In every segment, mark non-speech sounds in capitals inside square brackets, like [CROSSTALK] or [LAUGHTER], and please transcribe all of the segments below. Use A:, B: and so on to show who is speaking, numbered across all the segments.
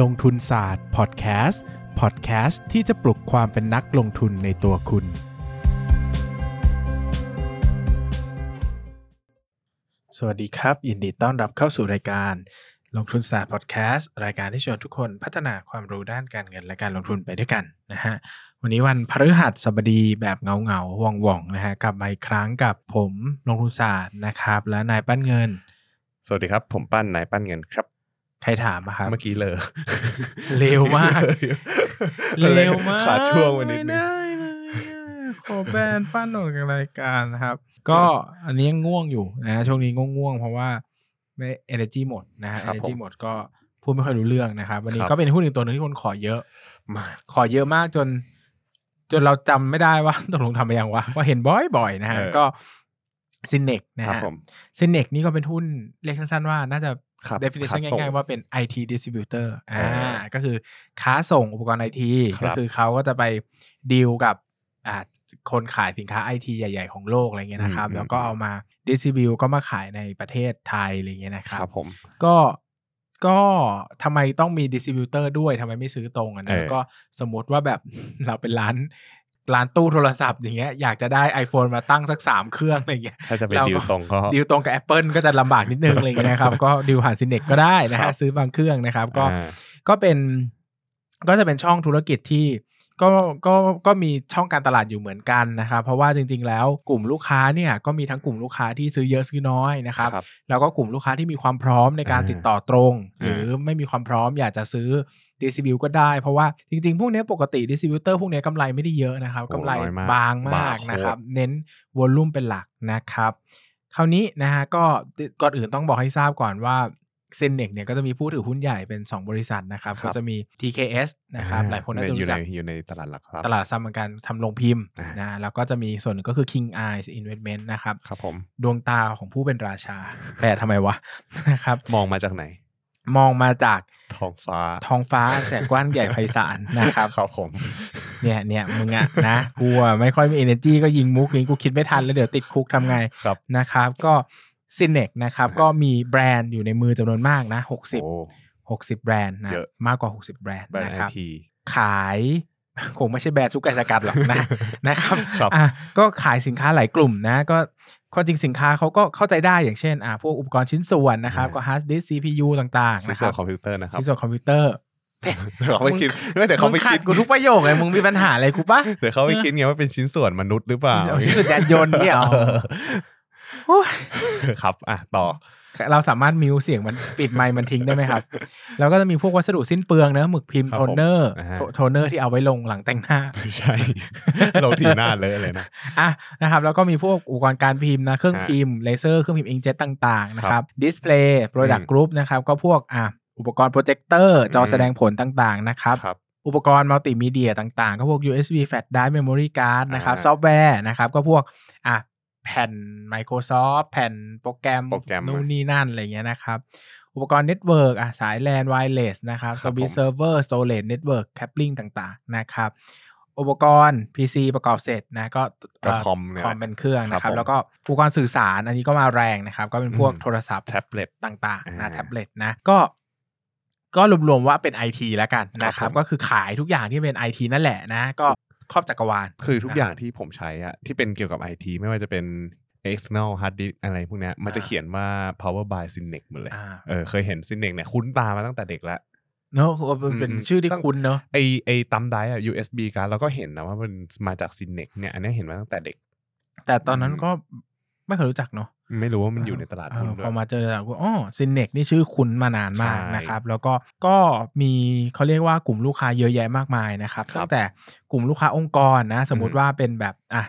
A: ลงทุนศาสตร์พอดแคสต์พอดแคสต์ที่จะปลุกความเป็นนักลงทุนในตัวคุณ สวัสดีครับ ยินดีต้อนรับเข้าสู่รายการ ลงทุนศาสตร์พอดแคสต์รายการที่ชวนทุกคนพัฒนาความรู้ด้านการเงินและการลงทุนไปด้วยกันนะฮะ วันนี้วันพฤหัสบดีแบบเงาเงาๆว่องว่องๆนะฮะกลับมาอีกครั้งกับผมลงทุนศาสตร์นะครับ และนายปั้นเงิน
B: สวัสดีครับ ผมปั้นนายปั้นเงินครับ
A: ใครถามอะครับ
B: เมื่อกี้เลย
A: เร็วมากเร็วมาก
B: ขาดช่วงไปนิ
A: ไม่
B: ดนึง
A: ได้ไม่ได้ขอแบนปั้นออกจากรายการนะครับ ก็อันนี้ยังง่วงอยู่นะฮะช่วงนี้ง่วงๆเพราะว่าไม่ energy หมดนะฮะ
B: ครับผม
A: energy หมดก็พูดไม่ค่อยรู้เรื่องนะครับ วันนี้
B: ครับ
A: ก็เป็นหุ้นอีกตัวหนึ่งที่คนขอเยอะ
B: มาก
A: ขอเยอะมากจน จนเราจำไม่ได้ว่า [LAUGHS] ตกลงทำไปยังวะว่าเห็นบ่อยๆนะฮะก็ซินเนกนะครับ ฮะ
B: ผม
A: ซินเนกนี่ก็เป็นหุ้นเรียกสั้นๆว่าน่าจะ
B: ครับ
A: definition
B: ขส่
A: ง่ายๆว่าเป็น IT distributor อ่า
B: เออ
A: ก็คือค้าส่งอุปกรณ์ไอที
B: ครั
A: ก็
B: บ
A: คือเขาก็จะไปดีลกับอ่าคนขายสินค้าไอทีใหญ่ๆ ของโลกอะไรเงี้ยนะครับ
B: อืม
A: แล้วก็เอามาดิส i b บิวก็มาขายในประเทศไทยอะไรเงี้ยนะค
B: ครับ รับผม
A: ก็ก็ทำไมต้องมีดิส t r บิวเตอร์ด้วยทำไมไม่ซื้อตรงอันนี้
B: เออ
A: ก็สมมติว่าแบบ [LAUGHS] เราเป็นร้านร้านตู้โทรศัพท์อย่างเงี้ยอยากจะได้ iPhone มาตั้งสักสามเครื่องอะไรเงี้ย
B: ถ้าจะไป
A: เราก็
B: ดิวตรงก็
A: ดีลตรงกับ Apple ก็จะลำบากนิดนึงอะไรอย่างเงี้ยนะครับ [LAUGHS] ก็ดีลผ่านซินเนกก็ได้นะ
B: ครั
A: ฮะ
B: บ
A: ซื้อบางเครื่องนะครับ ก็
B: อ่า
A: ก็เป็นก็จะเป็นช่องธุรกิจที่ก็ก็ก็มีช่องการตลาดอยู่เหมือนกันนะครับ เพราะว่าจริง ๆ แล้วกลุ่มลูกค้าเนี่ยก็มีทั้งกลุ่มลูกค้าที่ซื้อเยอะซื้อน้อยนะครับ แล้วก็กลุ่มลูกค้าที่มีความพร้อมในการ
B: อ่า
A: ติดต่อตรง ห
B: อ่า
A: รือไม่มีความพร้อมอยากจะซื้อดิส t r บิวก็ได้ เพราะว่าจริง ๆ พวกเนี้ยปกติดิส t r บิวเตอร์พวกเนี้ยกำไรไม่ได้เยอะนะครับ
B: โอ้
A: กำไร
B: น้อยมาก
A: บาง
B: บาม
A: าก
B: งโคตร
A: นะครับ เน้นวอลลุ่มเป็นหลักนะครับ คราวนี้นะฮะก็ก่อนอื่นต้องบอกให้ทราบก่อนว่าเซนเนกเนี่ยก็จะมีผู้ถือหุ้นใหญ่เป็น 2 บริษัทนะครับ
B: ครับ
A: ก็จะมี TKS นะครับหลายคนน่าจะ
B: อยู่
A: รู้
B: ใน
A: จัก
B: อยู่ในตลาดหลักทรัพย์
A: ตลาดซัมเหมือนกันทำลงพิมพ์
B: อ่าน
A: นะแล้วก็จะมีส่วนหนึ่งก็คือ King Eyes Investment นะครับ
B: ครับผม
A: ดวงตาของผู้เป็นราชา แปลทำไมวะ นะครับ
B: มองมาจากไหน
A: มองมาจาก
B: ท้องฟ้า
A: ท้องฟ้าอันแสนกว้างใหญ่ไพศาลนะครับ
B: ครับผม
A: เนี่ยเนี่ยมึงอะนะกูอะไม่ค่อยมี energy ก็ยิงมุกนี้กูคิดไม่ทันแล้วเดี๋ยวติดคุกทำไง
B: ครับ
A: นะครับ ก็ซินเนกนะครับ ก็มีแบรนด์อยู่ในมือจำนวนมากนะ
B: โอ้
A: 60 60 แบรนด์นะ
B: เยอะ
A: มากกว่า 60 แบรนด์
B: แบรนด์
A: นะ
B: ไอ
A: ครับ
B: ที
A: ขาย [LAUGHS] คงไม่ใช่แบรนด์ทุกไก่สกัดหรอกนะ นะครับ
B: ครับ
A: อ่ะก็ขายสินค้าหลายกลุ่มนะก็ความจริงสินค้าเขาก็เข้าใจได้อย่างเช่นอ่ะพวกอุปกรณ์ชิ้นส่วนนะครับ
B: อ่า
A: ก็ฮาร์ดดิสก์ CPU ต่างๆ
B: ชิ้น
A: นะค
B: ส่ว
A: รั
B: น
A: บ
B: คอมพิวเตอร์นะครับ
A: ชิ้นส่วนคอมพิวเตอร์
B: เขาไปคิดไม่เดี๋ยวเขาไป
A: มึงขั
B: คิ
A: ด
B: ด
A: กูทุกประโยคเลยมึงมีปัญหาอะไรกูปะ
B: เดี๋ยวเขาไปคิดไงว่าเป็นชิ้นส่วนมนุษย์หรือเปล่า
A: เอาชิ้นส่วนยานยนต์เนี่ยเหรอ โอ๊ย
B: ครับอ่ะต่อ
A: เราสามารถมิวเสียงมันปิดไมค์มันทิ้งได้ไหมครับ แล้วก็จะมีพวกวัสดุสิ้นเปลืองเนอะหมึกพิมพ์
B: ครับ
A: โท
B: ผม
A: นเนอร์
B: อ่าฮะ
A: โทนเนอร์ที่เอาไว้ลงหลังแต่งหน้า
B: ไม่ใช่
A: [LAUGHS]
B: เราถีหน้าเลอะเลยนะ
A: อ่ะนะครับแล้วก็มีพวกอุปกรณ์การพิมพ์นะเครื่อง
B: ฮะ
A: พิมพ์เลเซอร์เครื่องพิมพ์อิงเจ็ตต่างๆนะค
B: ครั
A: รับบดิสเพลย์โปรดัก
B: อื
A: ต์
B: ม
A: กรุ๊ปนะครับก็พวกอ่ะอุปกรณ์โปรเจคเตอร์จออ
B: ม
A: แสดงผลต่างๆนะครับ
B: ครับ
A: อุปกรณ์มัลติมีเดียต่างๆ ก็พวก USB flash drive memory card นะครับ
B: อ่า
A: ซอฟต์แวร์นะครับก็พวกอ่ะแผ่น Microsoft แผ่นโปรแกรม
B: โปรแกรม
A: นู่นนี่นั่นอะไรเงี้ยนะครับ อุปกรณ์เน็ตเวิร์กอ่ะสาย LAN wireless นะครับ
B: ครับผม
A: service server storage network coupling ต่างๆนะครับ อุปกรณ์ PC ประกอบเสร็จนะก็เอ่
B: กับ
A: อ
B: คอมเนี่ย
A: คอมเป็นเครื่องนะค
B: ครั
A: รั
B: บบ ผม
A: แล้วก็อุปกรณ์สื่อสารอันนี้ก็มาแรงนะครับ ก็เป็นพวก
B: อืม
A: โทรศัพท์
B: แท็บเล็ต
A: ต่างๆนะ
B: อ่า
A: แท็บเล็ตนะก็ก็รวมๆว่าเป็น IT แล้วกันนะค
B: ครั
A: รับบ
B: ผม
A: ก็คือขายทุกอย่างที่เป็น IT นั่นแหละนะ ก็ครอบจักรวาล
B: คือทุก
A: นะครับ
B: อย่างที่ผมใช้อะที่เป็นเกี่ยวกับไอทีไม่ว่าจะเป็น external hard disk อะไรพวกเนี้ยมันจะ
A: อ่า
B: เขียนว่า power by Synex หมดเลย
A: อ่า
B: เออเคยเห็น Synex เนี่ยคุ้นตามาตั้งแต่เด็กแล้ว
A: เนอะเป็นเป็น
B: อืม
A: ชื่อที่คุ้นเนอะ
B: ไอไอตัมไดอะ USB การ์ดเราก็เห็นนะว่ามันมาจาก Synex เนี่ยอันเนี้ยเห็นมาตั้งแต่เด็ก
A: แต่ตอนนั้น
B: อืม
A: ก็ไม่เคยรู้จักเนอะ
B: ไม่รู้ว่ามันอยู่ในตลาดหุ้น
A: เออ
B: ด้ว
A: พอย มาเจอแล้วก็อ๋อซินเนกนี่ชื่อคุ้นมานานมาก
B: ใช่
A: นะครับ แล้วก็ก็มีเขาเรียกว่ากลุ่มลูกค้าเยอะแยะมากมายนะครับ
B: ครับ
A: ตั้งแต่กลุ่มลูกค้าองค์กรนะ สมมติ
B: อืม
A: ว่าเป็นแบบอ่ะ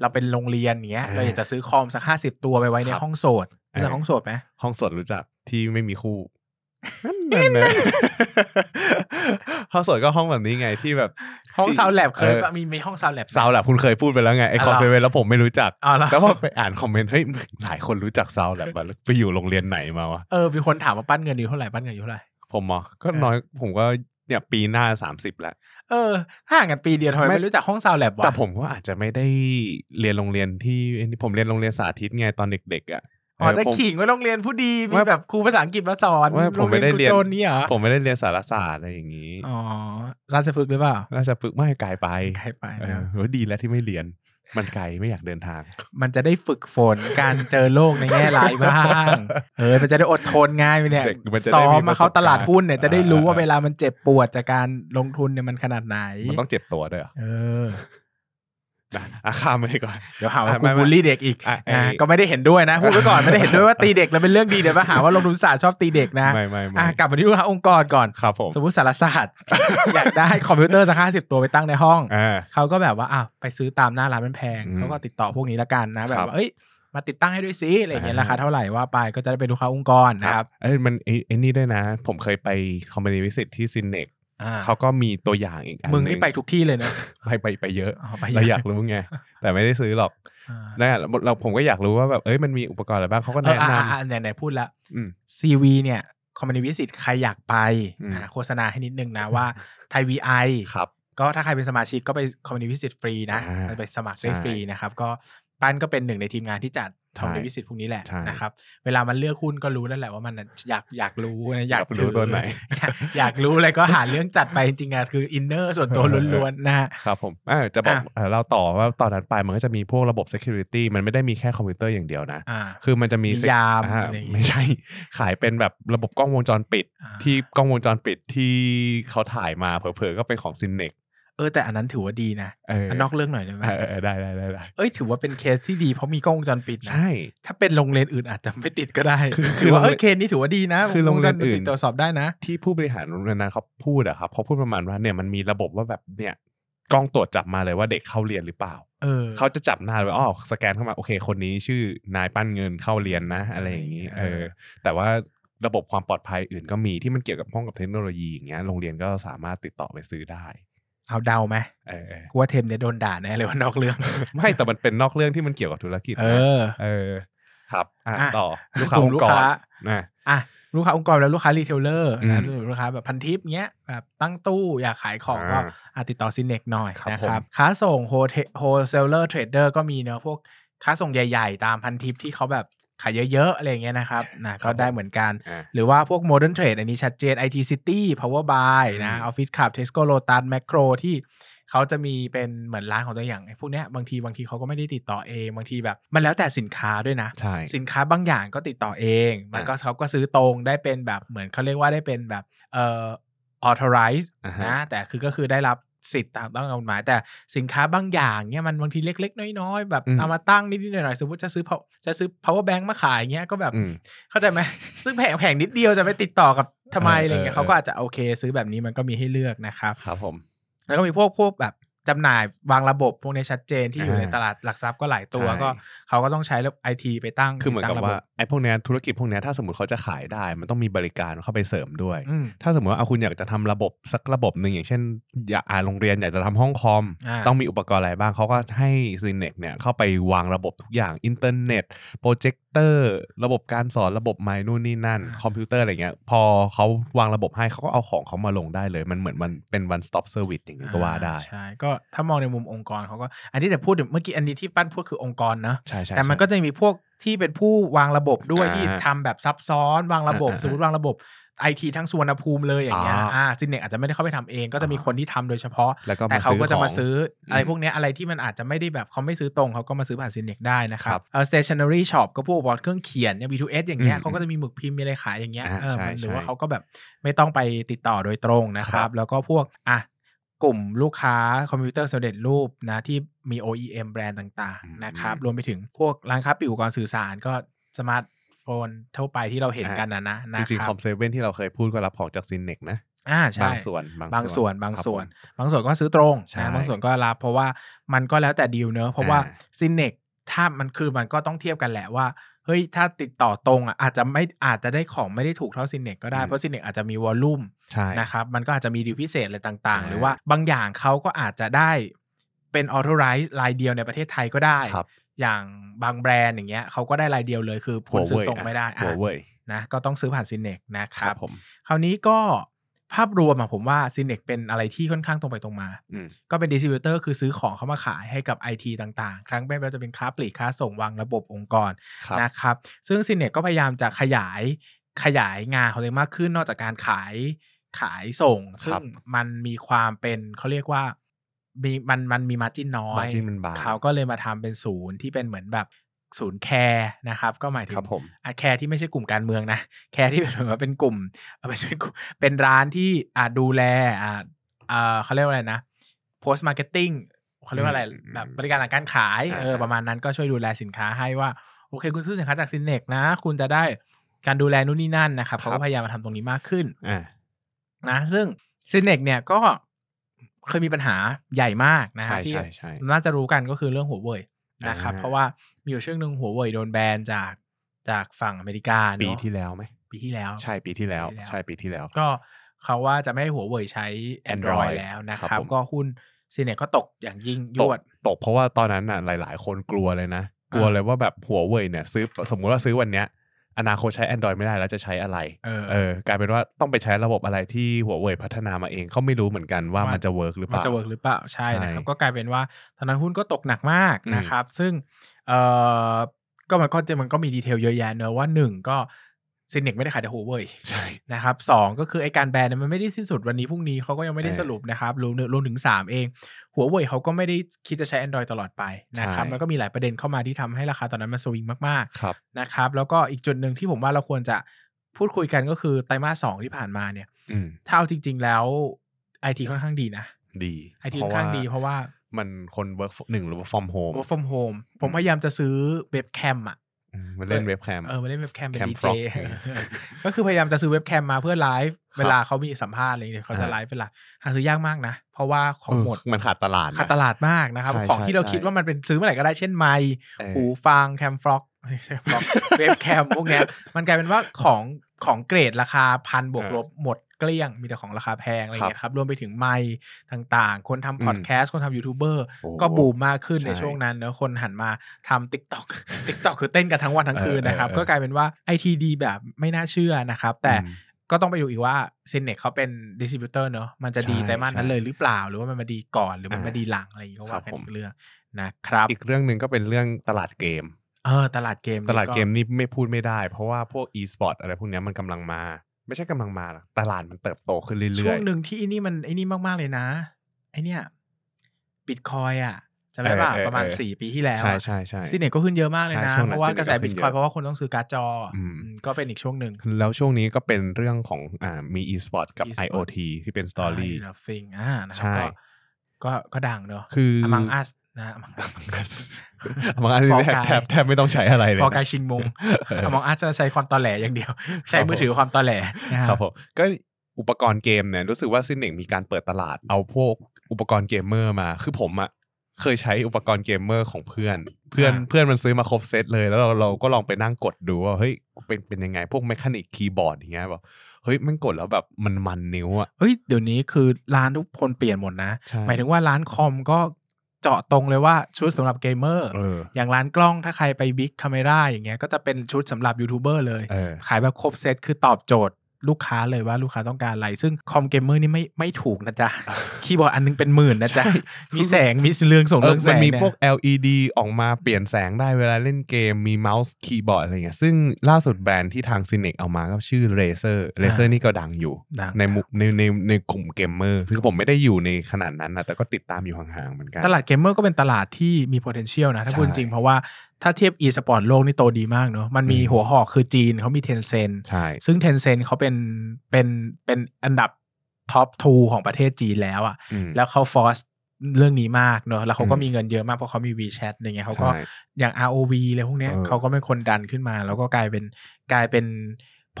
A: เราเป็นโรงเรียนอย่างเงี้ย
B: อ่า
A: เราอยากจะซื้อคอมสักห้าสิบตัวไปไว้ใน
B: ครับ
A: ห้องโสด
B: อ่า
A: เรื่องห้องโสดไหม
B: ห้องสดรู้จักที่ไม่มีคู่นั่นนะ ห้องสดก็ห้องแบบนี้ไงที่แบบ
A: ห้องซาวแลบเคย
B: ออ
A: ปะมีมีห้องซาวแลบ
B: ซาวแลบคุณเคยพูดไปแล้วไงไอ
A: อ่ะ
B: คอม
A: เหรอ
B: เซเว่นแล้วผมไม่รู้จัก
A: อ๋อเหรอ
B: แล้วพอไปอ่านคอมเมนต์เฮ้ยหลายคนรู้จักซาวแลบมาแล้วไปอยู่โรงเรียนไหนมาวะ
A: เออมีคนถามว่าปั้นเงินอยู่เท่าไหร่ปั้นเงินอยู่เท่าไหร่
B: ผมเหรอ่ะก็
A: เออ
B: น้อยผมก็เนี่ยปีหน้าสามสิบแล้ว
A: เออห่างกันปีเดียวทำไม
B: ไม่
A: ไม่รู้จักห้องซาวแลบวะ
B: แต่ผมก็อาจจะไม่ได้เรียนโรงเรียนที่ผมเรียนโรงเรียนสาธิตไงตอนเด็กๆอ่ะ
A: อ๋อ
B: เออ
A: แต่
B: ผม
A: ขิงว่าโรงเรียนผู้ดีมี
B: ว่า
A: แบบครูภาษาอังกฤษมาสอน
B: ว่าผมไม่ได้เรียน
A: โงคโจนี่เหรอ
B: ผมไม่ได้เรียนสารศาสตร์อะไรอย่างนี้
A: อ๋อราชพฤกษ์หรือเปล่า
B: น่าจะฝึกไม่ไกลไป
A: ใครไป
B: เออ
A: นะ
B: เออดีแล้วที่ไม่เรียน มันไกลไม่อยากเดินทาง
A: มันจะได้ฝึกฝนการเจอโลกในแง่ร้ายบ้างเออมันจะได้อดทนง่ายไปเนี่ย
B: เด็กมันจะได้
A: ซ้อม
B: มีป
A: มา
B: ระสบการณ์
A: เขาตลาดหุ้นเนี่ยจะได้รู้ว่า
B: อ่า
A: เวลามันเจ็บปวดจากการลงทุนเนี่ยมันขนาดไหน
B: มันต้องเจ็บตัวด้วยเหรอ
A: เออ
B: นะอ่ะข้ามไปก่อน
A: เดี๋ยวหาว่า
B: อ่ะ
A: กู
B: ไม่ไม่
A: บูลลี่เด็กอีก
B: อ่ะไอ้
A: นะก็ไม่ได้เห็นด้วยนะพูดไว้ก่อนไม่ได้เห็นด้วย
B: [LAUGHS]
A: ว่าตีเด็กแล้วเป็นเรื่องดีเดี๋ยวมาหาว่าลงทุนศาสตร์ชอบตีเด็กนะ
B: ไม่ไม่ไม่
A: อ่ะกลับมาที่ลูกค้าองค์กรก่อน
B: ครับผม
A: สมมติสารศาสตร์ [LAUGHS] อยากได้คอมพิวเตอร์สักห้าสิบตัวไปตั้งในห้อง
B: อ่า
A: เขาก็แบบว่าอ้าวไปซื้อตามหน้าร้านมันแพง
B: อืม
A: เขาก็ติดต่อพวกนี้ละกันนะ แบ
B: ครับ บ
A: ว่าเอ้ยมาติดตั้งให้ด้วยซิอะไรอย่างเงี้ย
B: อ่า
A: ราคาเท่าไหร่ว่าไปก็จะได้เป็นลูกค้าองค์กรนะครับ
B: เอ้ยมันไอ้ไอ้นี่ด้วยนะ ผมเคยไปคอม a านีวิสิตที่ซินเนกเขาก็มีตัวอย่างอีกอัน
A: มึง
B: ห
A: นี่ไปทุกที่เลยเนอะ
B: ไปไปไปเยอะ
A: อ๋อไป
B: เราอยากรู้ไง แต่ไม่ได้ซื้อหรอก
A: อ่า
B: นั่นแหละเราผมก็อยากรู้ว่าแบบเอ้ยมันมีอุปกรณ์อะไรบ้างเขาก็
A: เออ
B: แนะ
A: อ่ะ
B: น
A: อ่ะอ่ะไหนไหนพูดละ
B: ำอืม
A: ซีวีเนี่ยคอมมานีวิสิตใครอยากไป
B: อืม
A: อ่าโฆษณาให้นิดนึงนะ
B: [LAUGHS]
A: ว่าไทยวีไอ
B: ครับ
A: ก็ถ้าใครเป็นสมาชิกก็ไปคอมมานีวิสิตฟรีนะ
B: อ่า
A: ไปสมัครได้
B: ใช่
A: ฟรีนะครับ ก็ปั้นก็เป็นหนึ่งในทีมงานที่จัดค
B: ใช่
A: อมมานีวิสิตพวกนี้แหละ
B: ใช่
A: นะครับ เวลามันเลือกหุ้นก็รู้นั่นแหละว่ามันน่ะอยากอยากรู้นะ
B: อ
A: อาย
B: ยาก กรู้
A: ถือ
B: ตัวไหน
A: อยากอยากรู้อะไรก็หาเรื่องจัดไปจริงๆอะคืออินเนอร์ส่วนตัวล้วนๆนะฮะ
B: ครับผมอ่าจะบอก
A: อ่ะ
B: เอ่อเราต่อว่าตอนนั้นไปมันก็จะมีพวกระบบ Security มันไม่ได้มีแค่คอมพิวเตอร์อย่างเดียวนะ
A: อ่า
B: คือมันจะมี
A: มี
B: sec-
A: ยาม
B: อ่
A: อะไรอย่างงี้
B: ไม่ใช่ ขายเป็นแบบระบบกล้องวงจรปิด ที่กล้องวงจรปิดที่เขาถ่ายมาเผลอๆก็เป็นของซินเนก
A: เออแต่อันนั้นถือว่าดีนะ
B: เออ
A: อันนอกเรื่องหน่อยได้ไหม
B: เออเออได้ได้ได้ได้
A: เอ้ยถือว่าเป็นเคสที่ดีเพราะมีกล้องวงจรปิดนะ
B: ใช่
A: ถ้าเป็นโรงเรียนอื่นอาจจะไม่ติดก็ได้
B: คือ
A: คือว่า
B: คือโรงเรียน
A: เอ้ยเคสนี้ถือว่าดีนะ
B: คือโรงเรียนอื่
A: วจ
B: น
A: ปิดตรวจสอบได้นะ
B: ที่ผู้บริหารโรงเรียนนั้นเขาพูดอะครับเขาพูดประมาณว่าเนี่ยมันมีระบบว่าแบบเนี่ยกล้องตรวจจับมาเลยว่าเด็กเข้าเรียนหรือเปล่า
A: เออ
B: เขาจะจับหน้าเลยว่าอ๋อสแกนเข้ามาโอเค คนนี้ชื่อนายปั้นเงินเข้าเรียนนะ อะไรอย่างนี้เออ แต่ว่าระบบความปลอดภัยอื่นก็มีที่มันเกี่ยวกับห้องกับเทคโนโลยีอย่างเงี้ยโรงเรียนก็สามารถติดต่อไปซื้อได้
A: เอาเดาไหม
B: เออเออ
A: กูว่าเทมเนี่ยโดนด่าแน่เลยว่านอกเรื่อง
B: ไม่แต่มันเป็นนอกเรื่องที่มันเกี่ยวกับธุรกิจ
A: เอ
B: นะ
A: อ
B: เออ ครับอ่ะ
A: อ่ะ
B: ต่อลูกค้าก
A: ลุ่
B: อ
A: ม
B: ง
A: ลู
B: ค์
A: ก
B: กร
A: ค้า
B: นะ
A: อ่ะลูกค้าองค์กรแล้วลูกค้ารีเทลเลอร์นะ
B: อืม
A: ลูกค้าแบบพันทิปเงี้ยแบบตั้งตู้อยากขายของก็
B: อ่า
A: อะติดต่อซินเนกหน่อย
B: ครับ
A: นะ
B: ผม
A: ครับค้าส่งโฮเทโฮเซลเลอร์เทรดเดอร์ก็มีเนอะพวกค้าส่งใหญ่ ๆ ตามพันทิปที่เขาแบบขายเยอะๆอะไรอย่างเงี้ยนะครับนะก็ได้เหมือนกัน
B: อ่ะ
A: หรือว่าพวก Modern Trade อันนี้ชัดเจน IT City Power Buy นะ
B: อืม
A: Office Club Tesco Lotus Macro ที่เขาจะมีเป็นเหมือนร้านของตัวอย่างไอ้พวกเนี้ยบางทีบางทีเขาก็ไม่ได้ติดต่อเองบางทีแบบ มันแล้วแต่สินค้าด้วยนะ
B: ใช่
A: สินค้าบางอย่างก็ติดต่อเอง มันก็เขาก็ซื้อตรงได้เป็นแบบเหมือนเขาเรียกว่าได้เป็นแบบเอ่อ authorize
B: อ่าฮะ
A: นะแต่คือก็คือได้รับสิทธิ์ตามต้องกฎหมาย แต่สินค้าบางอย่างเนี่ยมันบางทีเล็ก ๆ น้อยๆแบบ
B: อืม
A: เอามาตั้งนิดๆหน่อยๆสมมติจะซื้อ pow- จะซื้อ power bank มาขายเงี้ยก็แบบ
B: อืม
A: เข้าใจไหม ซึ่งแผงแผงนิดเดียวจะไปติดต่อกับทำไม
B: เออ
A: อะไรเงี้ย
B: เออ
A: เขาก็อาจจะโอเค ซื้อแบบนี้มันก็มีให้เลือกนะครับ
B: ครับผม
A: แล้วก็มีพวกพวกแบบจำหน่ายวางระบบพวกเนี้ยชัดเจนที่อยู่ใน
B: อ่า
A: ตลาดหลักทรัพย์ก็หลายตัว
B: ใช่
A: ก็เขาก็ต้องใช้ระบบไอทีไปตั้ง
B: คือเหมือนกั
A: ตั้
B: บ
A: งระ
B: ว่า
A: บ
B: ไอ้พวกเนี้ยธุรกิจพวกเนี้ยถ้าสมมติเขาจะขายได้ มันต้องมีบริการเข้าไปเสริมด้วย
A: บอืม
B: ถ้าสมมติว่าเอาคุณอยากจะทำระบบสักระบบหนึ่งอย่างเช่น อยากอ่าโรงเรียนอยากจะทำห้องคอม
A: อ่า
B: ต้องมีอุปกรณ์อะไรบ้างเขาก็ให้ซีเน็กเนี่ยเข้าไปวางระบบทุกอย่างอินเทอร์เน็ตโปรเจคเตอร์ระบบการสอนระบบไม้นู่นนี่นั่น คอมพิวเตอร์อะไรเงี้ย พอเขาวางระบบให้เขาก็เอาของเขามาลงได้เลย มันเหมือนมันเป็น one stop service อย่างนี้ก็ว่าได้
A: ใช่ก็ถ้ามองในมุมองค์กรเขาก็อันที่แต่พูดถึงเมื่อกี้อันนี้ที่ปั้นพูดคือองค์กรนะ
B: ใช่ใช่
A: แต่มันก็จะมีพวกที่เป็นผู้วางระบบด้วย
B: อ่า
A: ที่ทำแบบซับซ้อนวางระบบ
B: อ่าอ่า
A: สมมติวางระบบไอทีทั้งสุวรรณภูมิเลยอย่างเงี้ย
B: อ่า
A: อ่าซินเนกอาจจะไม่ได้เข้าไปทำเองก็จะมีคนที่ทำโดยเฉพาะ
B: แล้วก็
A: แต่เขาก็จะมา
B: ของ
A: ซื้ออะไร
B: อืม
A: พวกเนี้ยอะไรที่มันอาจจะไม่ได้แบบเขาไม่ซื้อตรงเขาก็มาซื้อผ่านซินเนกได้นะครั
B: ครับ บ
A: เออ stationery shop ก็พวกอุปกรณ์เครื่องเขียนเนี่ย B2S อย่างเงี้ย
B: อืม
A: เขาก็จะมีหมึกพิมพ์มีอะไรขายอย่างเงี้ย
B: อ่า
A: เออ
B: ใช่
A: มันหรือ
B: ใช่
A: ว่าเขาก็แบบไม่ต้องไปติดต่อโดยตรงนะค
B: ครั
A: รับ
B: บ
A: แล้วก็พวกอ่ะกลุ่มลูกค้าคอมพิวเตอร์สำเร็จรูปนะที่มี OEM แบรนด์ต่าง
B: อืม
A: ๆนะครับรวมไปถึงพวกร้านค้าปิวอุปกรณ์สื่อสารก็สมาร์ทโฟนทั่วไปที่เราเห็น
B: อ่ากั
A: กันนะนะ
B: จ
A: นะ
B: ริง
A: ค
B: ๆค
A: รั
B: อบมเซเว่นที่เราเคยพูดก็รับของจากซินเน็กนะ
A: อ่าใช่
B: บางส่วน
A: บางส่วนบาง
B: ครับ
A: ส่วน
B: ผม
A: บางส่วนก็ซื้อตรง
B: ใช่
A: นะบางส่วนก็รับ เพราะว่ามันก็แล้วแต่ดีลเนอะเพราะว่า
B: อ่า
A: ซินเนกถ้ามันคือมันก็ต้องเทียบกันแหละว่าเฮ้ยถ้าติดต่อตรงอ่ะอาจจะไม่อาจจะได้ของไม่ได้ถูกเท่าซินเนกก็ได้
B: อืม
A: เพราะซินเนกอาจจะมีวอลลุ่ม
B: ใช่
A: นะครับมันก็อาจจะมีดีลพิเศษอะไรต่างๆ
B: อ่า
A: หรือว่าบางอย่างเขาก็อาจจะได้เป็นออโตไรซ์รายเดียวในประเทศไทยก็ได้
B: ครับ
A: อย่างบางแบรนด์อย่างเงี้ยเขาก็ได้รายเดียวเลยคือคุณซื้อตรงไม่ได้
B: หั
A: อ่ะ
B: วเว่ย
A: นะก็ต้องซื้อผ่านซินเนกนะค
B: ค
A: รั
B: รับ บผม
A: คราวนี้ก็ ภาพรวมอะผมว่าซีเน็กเป็นอะไรที่ค่อนข้างตรงไปตรงมา
B: อืม
A: ก็เป็นดิส t r บิวเตอร์คือซื้อของเข้ามาขายให้กับ IT ต่างๆ ครั้งแรกเราจะเป็นค้าปลีกค้าส่งวางระบบองค์กร
B: ครับ
A: นะครับ ซึ่งซีเน็กก็พยายามจะขยายขยายงานของตัวเองมากขึ้นนอกจากการขายขายส่ง ซึ่งมันมีความเป็นเขาเรียกว่ามีมันมันมีมาจินน้อย
B: margin มันบาง
A: เขาก็เลยมาทำเป็นศูนย์ที่เป็นเหมือนแบบศูนย์แคร์นะครับ ก็หมายถึ
B: ค
A: ง
B: รับผม
A: อะแคร์ที่ไม่ใช่กลุ่มการเมืองนะ แคร์ที่เป็นเหมือนว่าเป็นกลุ่ม [LAUGHS] เอ่อไม่ใช่เป็นกลุ่มเป็นร้านที่อ่าดูแลอ่าอ่าเขาเรียกว่าอะไรนะ post marketing เขาเรียกว่าอะไร
B: อืม
A: แบบบริการหลังการขาย
B: อ่า
A: เออประมาณนั้นก็ช่วยดูแลสินค้าให้ว่า โอเคคุณซื้อสินค้าจากซินเนกนะ คุณจะได้การดูแลนู่นนี่นั่นนะครับเขาก็พยายามมาทำตรงนี้มากขึ้น
B: อ่า
A: นะซึ่งซินเนกเนี่ยก็เคยมีปัญหาใหญ่มากนะฮะ
B: ใช่
A: ที่
B: ใช่ใช่
A: น่าจะรู้กันก็คือเรื่องหัวเว่ยนะครับ
B: อ่า
A: เพราะว่ามีอยู่ช่วงหนึ่งหัวเว่ยโดนแบนจากจากฝั่งอเมริกาเนอะ
B: ปีที่แล้วไหม
A: ปีที่แล้ว
B: ใช่ปีที่แล้ว
A: ปีที่แล้ว
B: ใช่ปีที่แล้ว
A: ก็เขาว่าจะไม่ให้หัวเว่ยใช้ Android
B: Android
A: แล้วนะค
B: ครั
A: รั
B: บบ ผม
A: ก็หุ้นซินเนกก็ตกอย่างยิ่งย
B: ตก
A: วด
B: ตกเพราะว่าตอนนั้นน่ะหลาย ๆ คนกลัวเลยนะ กลัวเลยว่าแบบหัวเว่ยเนี่ยซื้อสมมุติว่าซื้อวันเนี้ย อนาคตใช้ Android ไม่ได้แล้วจะใช้อะไร
A: เออ
B: เออกลายเป็นว่าต้องไปใช้ระบบอะไรที่หัวเว่ยพัฒนามาเองก็ไม่รู้เหมือนกันว่ามันจะเวิร์กหรือเป
A: มัน
B: ล่า
A: จะเวิร์กหรือเปล่าใช่
B: ใช่
A: นะครับก็กลายเป็นว่าตอนนั้นหุ้นก็ตกหนักมาก
B: อืม
A: นะครับ ซึ่งเออก็มันก็จะมันก็มีดีเทลเยอะแยะเนอะว่าหนึ่งก็ซินเนกไม่ได้ขายแต่หัวเว่ย
B: ใช่
A: นะครับสองก็คือไอการแบนเนี่ยมันไม่ได้สิ้นสุดวันนี้พรุ่งนี้เขาก็ยังไม่ได้
B: เออ
A: สรุปนะครับรวมรวมถึง 3 เอง หัวเว่ยเขาก็ไม่ได้คิดจะใช้ Android ตลอดไปนะครับ
B: ใช่
A: มันก็มีหลายประเด็นเข้ามาที่ทำให้ราคาตอนนั้นมันสวิงมาก
B: ครับ
A: ๆนะครับแล้วก็อีกจุดหนึ่งที่ผมว่าเราควรจะพูดคุยกันก็คือไตรมาสสองที่ผ่านมาเนี่ย
B: อืม
A: ถ้าเอาจริง ๆ แล้วไอทีค่อนข้างดีนะ
B: ดี
A: ไอทีค่อนข้างดีเพราะว่า
B: มันคนเวิร์กหนึ่งหรือว่า from home
A: work from home ผมพยายามจะซื้อเว็บแคมอะ
B: อืมมันเล่นเว็บแคม
A: เออมาเล่นเว็บแคมเป็น
B: Cam
A: ดีเจ
B: Frog เออ
A: ก็คือพยายามจะซื้อเว็บแคมมาเพื่อไลฟ์
B: ครับ
A: เวลาเขามีสัมภาษณ์อะไรอย่างเงี้ยเขาจะ
B: อ่า
A: ไลฟ์เป็นหลักหาซื้อยากมากนะ เพราะว่าของหมด
B: เมันขาดตลาดนะ
A: ขาดตลาดมากนะครับ
B: ใช่
A: ของที่เรา
B: ใช่
A: คิดว่ามันเป็นซื้อเมื่อไหร่ก็ได้เช่นไมค์
B: เออ
A: หูฟังแคมฟล็อก [LAUGHS] เว็บแคมพวกเนี้ยมันกลายเป็นว่าของของเกรดราคาพันบวก
B: เออ
A: ลบหมดเกลี้ยงมีแต่ของราคาแพงอะไรอย่างเงี้ยครับรวมไปถึงไมค์ต่างๆ คนทำพอดแคสต์คนทำยูทูบเบอร์
B: โอ้
A: ก็บูมมากขึ้น
B: ใช่
A: ในช่วงนั้นเนอะคนหันมาทำ TikTok [LAUGHS] TikTok คือเต้นกันทั้งวันทั้งคืนนะครับ
B: เออเออ
A: ก็กลายเป็นว่าไอทีดีแบบไม่น่าเชื่อนะครับ แต่
B: อืม
A: ก็ต้องไปดูอีกว่าเซนเนกเขาเป็นดิส t r บิวเตอร์เนอะมันจะดี
B: ใช่
A: แต่มันนั้น
B: ใช่
A: เลยหรือเปล่า หรือว่ามันมาดีก่อนหรือมัน
B: อ่าม
A: มาดีหลังอะไรอย่างงี้ก็ว่า
B: ครับ
A: กัน
B: ผม
A: อีกเรื่องนะครับ
B: อีกเรื่องหนึ่งก็เป็นเรื่องตลาดเกม
A: เออตลาดเกมนี่
B: ตลาดเกมนี่ไม่พูดไม่ได้ เพราะว่าพวก e-sport อะไรพวกเนี้ยมันกำลังมา ไม่ใช่กำลังมาหรอกตลาดมันเติบโตขึ้นเรื่
A: ช่ว
B: อย
A: งหนึ่งที่ไอ้นี่มันไอ้นี่มากๆเลยนะ ไอเนี่ยบิตคอยอ่ะจำได้ป่ะ
B: เออเออ
A: ประมาณ
B: เออ
A: สี่ปีที่แล้ว
B: ใช่
A: อะ
B: ใช่ใช่
A: ซีเน็ตก็ขึ้นเยอะมากเลย
B: ใช่
A: นะ
B: ช่วงนั้น
A: เพราะว่ากระแส
B: Cinex ก็ขึ้
A: บิตค
B: นเย
A: อย
B: อะ
A: เพราะว่าคนต้องซื้อการ์ดจออ
B: ม
A: อืมก็เป็นอีกช่วงหนึ่ง
B: แล้วช่วงนี้ก็เป็นเรื่องของอ่ามี e-sport กับ
A: อีสปอร์ต
B: IoT ที่เป็น story
A: อ่า Nothing อ่านะค
B: ใช่
A: รับก็ก็ก็ดังเนอะ
B: คืออ [LAUGHS]
A: Among Us นะ Among Us
B: มังอัน
A: Fall
B: แทบ
A: Guy
B: แทบแทบไม่ต้องใช้อะไรเลย
A: พอ
B: นะ
A: กายชินมง
B: เออ
A: Among Us จะใช้ความตอแหลอย่างเดียว ใช้มือถือความตอแหลนะฮะ
B: ครับผมก็อุปกรณ์เกมเนี่ยรู้สึกว่าซินเน่งมีการเปิดตลาดเอาพวกอุปกรณ์เกมเมอร์มา คือผมอะเคยใช้อุปกรณ์เกมเมอร์ของเพื่อน เพื่อนเพื่อนมันซื้อมาครบเซตเลยแล้วเราเราก็ลองไปนั่งกดดูว่าเฮ้ยเป็นเป็นยังไงพวกแมคานิกคีย์บอร์ดอย่างเงี้ยแบบเฮ้ยมันกดแล้วแบบมันมันนิ้วอะ
A: เฮ้ยเดี๋ยวนี้คือร้านทุกคนเปลี่ยนหมดนะ
B: ใช่
A: หมายถึงว่าร้านคอมก็เจาะตรงเลยว่าชุดสำหรับเกมเมอร์
B: เออ
A: อย่างร้านกล้องถ้าใครไปบิ๊กคาเมราอย่างเงี้ยก็จะเป็นชุดสำหรับยูทูบเบอร์เลย
B: เออ
A: ขายแบบครบเซตคือตอบโจทย์ลูกค้าเลยว่าลูกค้าต้องการอะไร ซึ่งคอมเกมเมอร์นี่ไม่ไม่ถูกนะ
B: [LAUGHS]
A: จ๊ะ คีย์บอร์ดอันนึงเป็นหมื่นนะจ๊ะ
B: ใช่
A: [LAUGHS] มีแสง มีเรืองส่ง
B: เอ
A: เรือ องแส
B: มัน
A: ง
B: มี
A: เนี่ย
B: พวก LED ออกมาเปลี่ยนแสงได้เวลาเล่นเกมมีเมาส์คีย์บอร์ดอะไรเงี้ยซึ่งล่าสุดแบรนด์ที่ทางซินเนกเอามาก็ชื่อ Razer Razer นี่ก็ดังอยู่
A: ดัง
B: ในมุในในในกลุ่มเกมเมอร์คือผมไม่ได้อยู่ในขนาดนั้นนะแต่ก็ติดตามอยู่ห่างๆเหมือนกัน
A: ตลาดเกมเมอร์ก็เป็นตลาดที่มี potential นะ ถ้า
B: ใช่
A: พูดจริง เพราะว่าถ้าเทียบ e สปอร์ตโลกนี่โตดีมากเนอะมันมี
B: อืม
A: หัวหอกคือจีนเขามีเทนเซน
B: ใช่
A: ซึ่งเทนเซนเขาเป็นเป็นเป็นอันดับท็อปทูของประเทศจีนแล้วอะ
B: อืม
A: แล้วเขาฟอสเรื่องนี้มากเนอะแล้วเขาก็
B: อืม
A: มีเงินเยอะมากเพราะเขามี WeChat อะไรเงี้ยเขาก็
B: ใช่
A: อย่าง ROV อะไรพวกเนี้ย
B: เออ
A: เขาก็เป็นคนดันขึ้นมา แล้วก็กลายเป็นกลายเป็น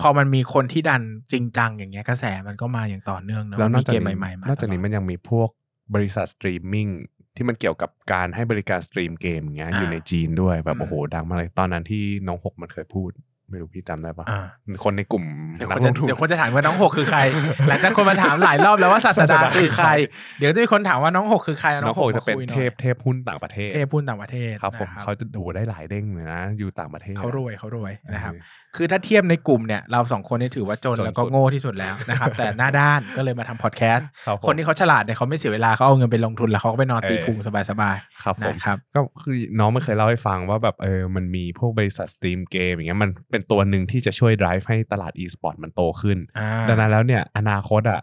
A: พอมันมีคนที่ดันจริงจังอย่างเงี้ยกระแสมันก็มาอย่างต่อเนื่องเนอะ
B: แล้วน
A: มั
B: อ
A: มี
B: กจาก
A: เกม
B: นี้
A: ใหม่ๆมาน
B: อกจากนี้มันยังมีพวกบริษัทสตรีมมิ่งที่มันเกี่ยวกับการให้บริการสตรีมเกมอย่างเงี้ยอยู่ในจีนด้วยแบบโอ้โหดังมากเลยตอนนั้นที่น้องหกมันเคยพูด ไม่รู้พี่จำได้ปะ
A: อ่า
B: คนในกลุ่ม
A: เดี๋ยวค
B: นั
A: น
B: กล
A: จะ
B: งทุน
A: เดี๋ยวคนจะถามว่าน้องหกคือใคร หลังจากคนมาถามหลายรอบแล้วว่าศาส
B: ศาส
A: ดา
B: ดา
A: คือใคร
B: คือใคร
A: เดี๋ยวจะมีคนถามว่าน้องหกคือใครอา
B: น้องโอ
A: มา
B: จะเป็น
A: คุยหอย
B: เทพเทพหุ้นต่างประเทศ
A: เทพพูดต่างประเทศ
B: ครับผม
A: นะ
B: เขาจะโดูได้หลายเด้งเลยนะอยู่ต่างประเทศ
A: เขารวยเขารวย
B: เออ
A: นะครับ คือถ้าเทียบในกลุ่มเนี่ยเราสองคนเนี่ยถือว่าจน
B: จน
A: แล้วก็
B: สุด
A: โง่ที่สุดแล้วนะครับ แต่หน้าด้าน [LAUGHS] ก็เลยมาทำพอดแคสต์
B: รับผม
A: คนที่เขาฉลาดเนี่ยเขาไม่เสียเวลาเขาเอาเงินไปลงทุนแล้วเขาก็ไปนอนตีพุงสบาย
B: ครับ
A: ๆ
B: ผม
A: นะครับ
B: ก็คือน้องมันเคยเล่าให้ฟังว่าแบบเออมันมีพวกบริษัทสตรีมเกมอย่างเงี้ยมันเป็นตัวหนึ่งที่จะช่วย drive ให้ตลาด e-sport มันโตขึ้น
A: อ่า
B: ดังนั้นแล้วเนี่ยอนาคตอะ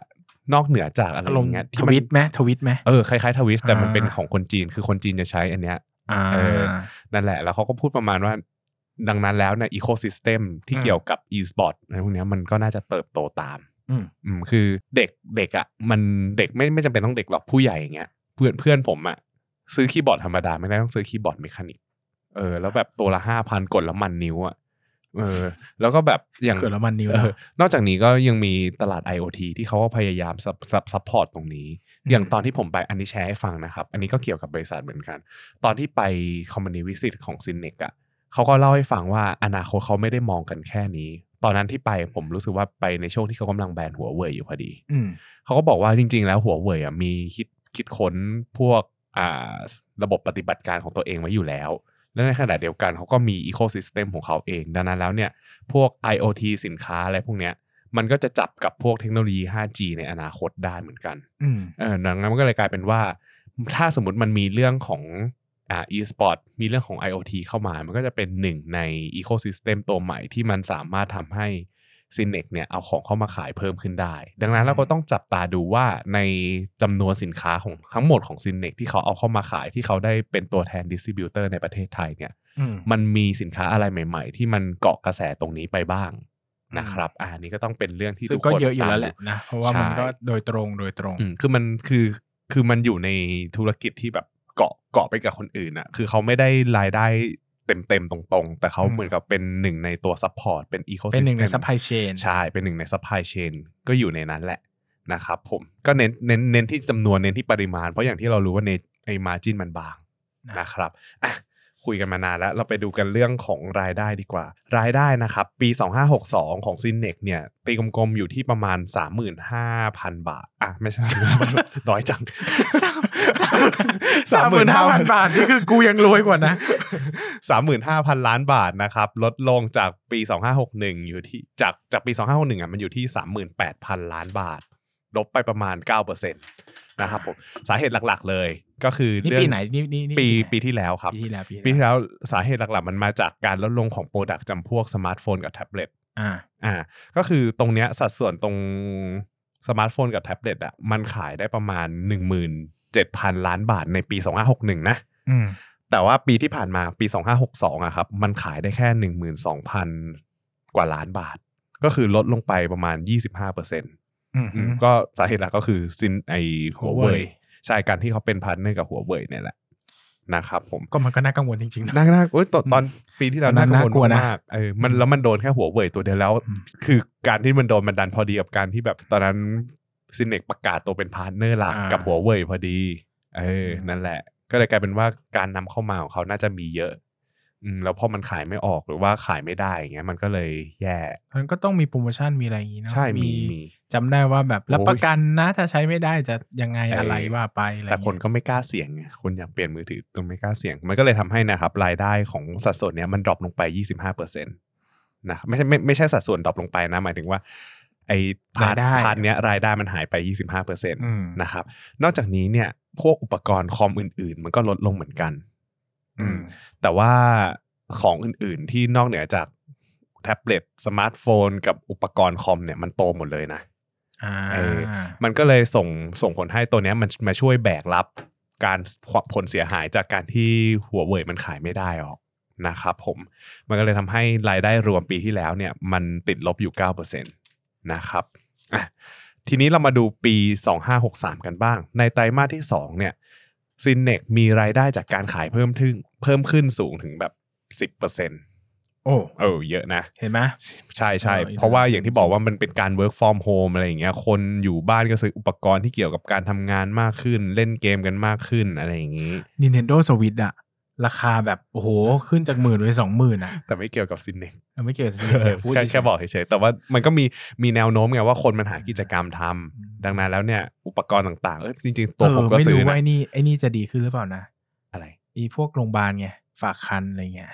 B: นอกเหนือจากอะไร
A: อา
B: อ
A: รมณ์
B: ย่างเงี้ย
A: ท
B: มัน
A: วิตไหมทวิตไหม
B: เออคล้ายๆทวิสแต่มัน
A: อ่า
B: เป็นของคนจีนคือคนจีนจะใช้อันเนี้ย
A: อ่า
B: เออ นั่นแหละแล้วเขาก็พูดประมาณว่า ดังนั้นแล้วเนี่ยอีโคซิสเต็มที่
A: อืม
B: เกี่ยวกับ e-sport อะไรพวกเนี้ยมันก็น่าจะเติบโตตาม
A: อืม
B: อืมคือเด็กเด็กอะ่ะมันเด็กไม่ไม่จำเป็นต้องเด็กหรอกผู้ใหญ่อย่างเงี้ยเพื่อนเพื่อนผมอะ่ะซื้อคีย์บอร์ดธรรมดาไม่ได้ต้องซื้อคีย์บอร์ดเมคานิกเออแล้วแบบตัวละห้าพันกดแล้วมันนิ้วอะ่ะเออ แล้วก็แบบอย่าง
A: เกิดแล้วมันนิ้ว
B: เอ
A: นะ
B: อนอกจากนี้ก็ยังมีตลาด IoT ที่เขาก็พยายามซับซับซัพพอร์ตตรงนี้
A: อืม
B: อย่างตอนที่ผมไปอันนี้แชร์ให้ฟังนะครับ อันนี้ก็เกี่ยวกับบริษัทเหมือนกัน ตอนที่ไปคอมมานีวิสิตของซินเนกอ่ะ เขาก็เล่าให้ฟังว่าอนาคตเขาไม่ได้มองกันแค่นี้ ตอนนั้นที่ไปผมรู้สึกว่าไปในช่วงที่เขากำลังแบนหัวเว่ยอยู่พอดี
A: อืม
B: เขาก็บอกว่าจริง ๆ แล้วหัวเว่ยอ่ะมีคิดคิดค้นพวกอ่าระบบปฏิบัติการของตัวเองไว้อยู่แล้ว และในขณะเดียวกันเขาก็มีอีโค y ิสเต็มของเขาเอง ดังนั้นแล้วเนี่ยพวก IoT สินค้าอะไรพวกเนี้ยมันก็จะจับกับพวกเทคโนโลยี 5G ในอนาคตได้เหมือนกัน
A: อืม
B: เออดังนั้นมันก็เลยกลายเป็นว่า ถ้าสมมติมันมีเรื่องของอ่า e-sport มีเรื่องของ IoT เข้ามา มันก็จะเป็นหนึ่งใน ecosystem ตัวใหม่ที่มันสามารถทำให้ c i n e x เนี่ยเอาของเข้ามาขายเพิ่มขึ้นได้ ดังนั้นเราก็ต้องจับตาดูว่าในจำนวนสินค้าของทั้งหมดของ c i n e x ที่เขาเอาเข้ามาขายที่เขาได้เป็นตัวแทนดิสติบิวเตอร์ในประเทศไทยเนี่ย
A: อืม
B: มันมีสินค้าอะไรใหม่ ๆ ที่มันเกาะกระแสตรงนี้ไปบ้างนะครับ อ่านี่ก็ต้องเป็นเรื่องที่
A: ซึ่
B: ทุ
A: ง
B: กคน
A: ก็เยอะอยู่
B: ตาม
A: แล้วแหละ
B: ดู
A: นะ เพราะว่ามัน
B: ใช่
A: ก็โดยตรงโดยตรง
B: อืมคือมันคือคือมันอยู่ในธุรกิจที่แบบเกาะเกาะไปกับคนอื่นอะคือเขาไม่ได้รายได้เต็มเต็มๆตรงๆ แต่เขา
A: อืม
B: เหมือนกับเป็นหนึ่งในตัวซัพพอร์ตเป็นอีโค
A: เป็นหนึ่งในซัพพลายเชน
B: ใช่เป็นหนึ่งในซัพพลายเชนก็อยู่ในนั้นแหละนะครับผมก็เน้นเน้นเน้นที่จำนวนเน้นที่ปริมาณ เพราะอย่างที่เรารู้ว่าในไอ้มาจินมันบาง
A: นะ
B: นะครับอ่ะคุยกันมานานแล้ว เราไปดูกันเรื่องของรายได้ดีกว่า รายได้นะครับ ปี 2562 ของซินเนกเนี่ย ตีกลมๆอยู่ที่ประมาณ 35,000 บาท อ่ะ ไม่ใช่ [LAUGHS] น้อยจัง
A: สามหมื่นห้าพันบาท นี่คือกูยังรวยกว่านะ
B: สามหมื่นห้าพันล้านบาทนะครับ ลดลงจากปีสองห้าหกหนึ่งอยู่ที่จากจากปีสองห้าหกหนึ่งอ่ะมันอยู่ที่สามหมื่นแปดพันล้านบาท ลบไปประมาณเก้าเปอร์เซ็นตนะครับผมสาเหตุหลักๆเลยก็คือ
A: นี่
B: เรื่อง
A: ปีไหนนี่นี่นี่
B: ปี
A: ไหน
B: ปีที่แล้วครับ
A: ปีที่แล้วปี
B: ปีที่แล้วสาเหตุหลักๆ มันมาจากการลดลงของโปรดักต์จำพวกสมาร์ทโฟนกับแท็บเล็ต
A: อ่า
B: อ่าก็คือตรงเนี้ยสัดส่วนตรงสมาร์ทโฟนกับแท็บเล็ตอ่ะมันขายได้ประมาณ 17,000 ล้านบาทในปี 2561 นะ
A: อืม
B: แต่ว่าปีที่ผ่านมาปี 2562อะครับมันขายได้แค่ 12,000 กว่าล้านบาท ก็คือลดลงไปประมาณ 25%
A: อืม
B: อืมก็สาเหตุหลักก็คือซินไอหัวเว่ยใช่การที่เขาเป็นพาร์ทเนอร์กับหัวเว่ยเนี่ยแหละนะครับผม
A: ก็มันก็น่ากังวลจริงๆนะ
B: น่าน่าโอ้ยตอนตอนปีที่แล้
A: ต
B: ว
A: อนนั้
B: น่าน กัง
A: น่ากลั
B: ว
A: ว
B: ล
A: นะ
B: มากเออมันแล้วมันโดนแค่หัวเว่ยตัวเดียวแล้ว
A: อืม
B: คือการที่มันโดนมันดันพอดีกับการที่แบบตอนนั้นซินเนกประกาศตัวเป็นพาร์ทเนอร์หลัก
A: อ่ากั
B: กับหัวเว่ยพอดี เอออนั่นแหละ ก็เลยกลายเป็นว่าการนำเข้ามาของเขาน่าจะมีเยอะ อืมแล้วพอมันขายไม่ออกหรือว่าขายไม่ได้อย่างเงี้ยมันก็เลยแย่
A: มันก็ต้องมีโปรโมชั่นมีอะไรอย่างนี้เนาะ
B: ใช่มีมี
A: จำได้ว่าแบบรับ
B: โอ้ย
A: ประกันนะถ้าใช้ไม่ได้จะยังไง
B: เอออ
A: อะไรว่าไปอะไร
B: แต่คนก็ไม่กล้าเสี่ยงไงคนอยากเปลี่ยนมือถือตรงไม่กล้าเสี่ยง มันก็เลยทำให้นะครับรายได้ของสัดส่วนเนี้ยมันดรอปลงไป 25เปอร์เซ็นต์นะไม่ใช่ไม่ไม่ใช่สัดส่วนดรอปลงไปนะ หมายถึงว่า ไอ้พาร์ทพาร์ทเนี้ยรายได้มันหายไป 25เปอร์เซ็นต์
A: อืม
B: นะครับ นอกจากนี้เนี่ย พวกอุปกรณ์คอมอื่น ๆ มันก็ลดลงเหมือนกัน อืม แต่ว่าของอื่นๆที่นอกเหนือจากแท็บเล็ตสมาร์ทโฟน กับอุปกรณ์คอมเนี่ยมันโตหมดเลยนะ
A: อ่า
B: เออ มันก็เลยส่งส่งผลให้ตัวเนี้ยมันมาช่วยแบกรับการผลเสียหายจากการที่หัวเว่ยมันขายไม่ได้ออกนะครับผม มันก็เลยทำให้รายได้รวมปีที่แล้วเนี่ยมันติดลบอยู่ 9%นะครับอ่ะทีนี้เรามาดูปี 2563 กันบ้าง ในไตรมาสที่ 2 เนี่ยซินเนกมีรายได้จากการขายเพิ่มทึ่งเพิ่มขึ้นสูงถึงแบบ 10%
A: โอ้
B: เออเยอะนะ
A: เห็นไหม
B: ใช่ใช่
A: เออ
B: เพราะว่า
A: อินเทอร์เน็ต
B: อย่างที่บอกว่ามันเป็นการ work from home อะไรอย่างเงี้ย คนอยู่บ้านก็ซื้ออุปกรณ์ที่เกี่ยวกับการทำงานมากขึ้น เล่นเกมกันมากขึ้นอะไรอย่างงี้
A: Nintendo Switch อะ ราคาแบบโอ้โหขึ้นจากหมื่นไปสองหมื่นอ่ะ
B: แต่ไม่เกี่ยวกับซินเนก
A: เออไม่เกี่ยวกับสิ่ง
B: แ
A: ที่ [LAUGHS] พูด
B: ค่
A: เฉยๆ
B: แค่บอกเฉยๆแต่ว่ามันก็มีมีแนวโน้มไงว่าคนมันหากิจกรรมทำ
A: อืม
B: ดังนั้นแล้วเนี่ย อุปกรณ์ต่างๆเอ้ยจริงๆตัวผมก็
A: เไม่
B: ซื้อ
A: รู้ว่า
B: นะ
A: ไอ้นี่ไอ้นี่จะดีขึ้นหรือเปล่านะ
B: อะไร
A: อีพวกโรงพยาบาลไงฝากคันอะไรเงี้ย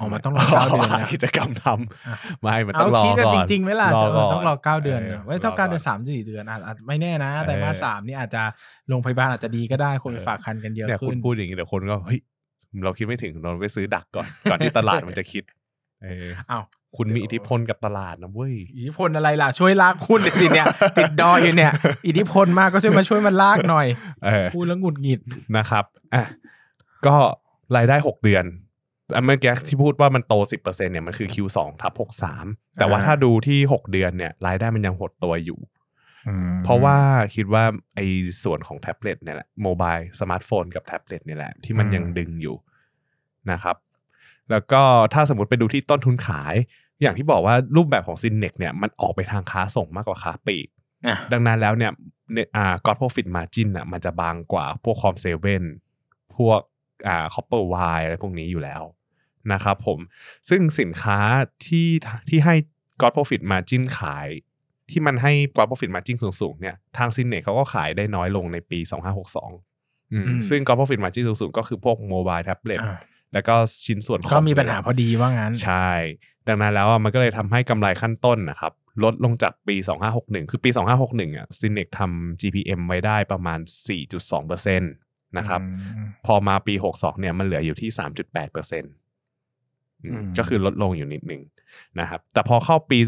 A: ออกมาต้องรอเก้าเดือนนะ
B: ห [LAUGHS] กิจกรรมทำ
A: อ่ะ
B: ไม่มันต้องรอ
A: เาคิดกัน
B: ก่อน
A: จริงๆไหมล่ะจะ
B: ก่น
A: ต้องรอเก้าเดือนนะไว้ต้องเก้าเดือน
B: ร
A: สามสี่เดือนอ่ะอ่ะไม่แน่นะ
B: เออ
A: แต่มาสสามนี่อาจจะโรงพยาบาลอาจจะดีก็ได้คนไป
B: เออ
A: ฝากคันกันเยอะ
B: เนี่ยคุ
A: ขึ้
B: ณ
A: น
B: พูดอย่างนี้เดี๋ยวคนก็เฮ้ยเราคิดไม่ถึงเราไปซื้อดักก่อน ก่อนที่ตลาดมันจะคิดเออ
A: อ้าว
B: คุณมีอิทธิพลกับตลาดนะเว้ย
A: อิทธิพลอะไรล่ะ ช่วยลากคุณหน่อยสิเนี่ย [LAUGHS] ติดดอยอยู่เนี่ย อิทธิพลมากก็ช่วยมาช่วยมันลากหน่อย
B: เออ
A: พูดแล้วหงุดหงิด
B: นะครับอ่ะก็รายได้ 6 เดือนอันเมื่อกี้ที่พูดว่ามันโต 10%เนี่ยมันคือ Q2 ทับ63 แต่ว่า
A: อ่า
B: ถ้าดูที่ 6 เดือนเนี่ยรายได้มันยังหดตัวอยู่ เพราะว่าคิดว่าไอ้ส่วนของแท็บเล็ตเนี่ยแหละโมบายสมาร์ทโฟนกับแท็บเล็ตเนี่ยแหละ ที่มัน
A: อืม
B: ยังดึงอยู่นะครับ แล้วก็ถ้าสมมติไปดูที่ต้นทุนขาย อย่างที่บอกว่ารูปแบบของซินเนกเนี่ยมันออกไปทางค้าส่งมากกว่าค้าปลีก
A: อ่ะ
B: ดังนั้นแล้วเนี่ยเนี่ยอ่า God Profit Margin อ่ะมันจะบางกว่าพวกคอมเซเว่นพวกอ่า Copper Wire อะไรพวกนี้อยู่แล้วนะครับผมซึ่งสินค้าที่ที่ให้ God Profit Margin ขาย ที่มันให้ God Profit Margin สูงๆเนี่ยทางซินเนเขาก็ขายได้น้อยลงในปี 2562อืมซึ่ง God Profit Margin สูงๆก็คือพวกโมบายแท็บเล็ต
A: อ่ะ
B: แล้วก็ชิ้นส่วนคอ
A: ก็มีปัญหาพอดีว่างั้น
B: ใช่ ดังนั้นแล้วอ่ะมันก็เลยทำให้กำไรขั้นต้นนะครับ ลดลงจากปี 2561 คือปี 2561อ่ะซินเนกทำ GPM ไว้ได้ประมาณ 4.2%นะครับ
A: อืม
B: พอมาปี 62เนี่ยมันเหลืออยู่ที่ 3.8%อืม
A: อืม
B: ก็คือลดลงอยู่นิดหนึ่งนะครับ แต่พอเข้าปี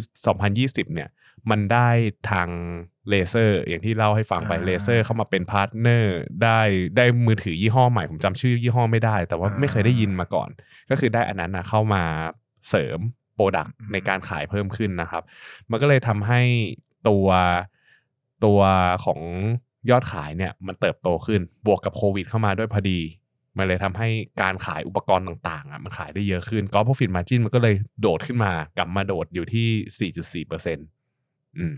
B: 2020 เนี่ย มันได้ทางเลเซอร์ อย่างที่เล่าให้ฟังไป
A: อ่า
B: เลเซอร์เข้ามาเป็นพาร์ทเนอร์ได้ได้มือถือยี่ห้อใหม่ ผมจำชื่อยี่ห้อไม่ได้ แต่ว่า
A: อ่า
B: ไม่เคยได้ยินมาก่อน ก็คือได้อันนั้นนะเข้ามาเสริมโปรดักต์
A: อืม
B: ในการขายเพิ่มขึ้นนะครับ มันก็เลยทำให้ตัวตัวของยอดขายเนี่ยมันเติบโตขึ้น บวกกับโควิดเข้ามาด้วยพอดี มันเลยทำให้การขายอุปกรณ์ต่างๆอ่ะมันขายได้เยอะขึ้นก็พอฟิตมาจินมันก็เลยโดดขึ้นมากลับมาโดดอยู่ที่ 4.4เปอร์เซ็นต์อืม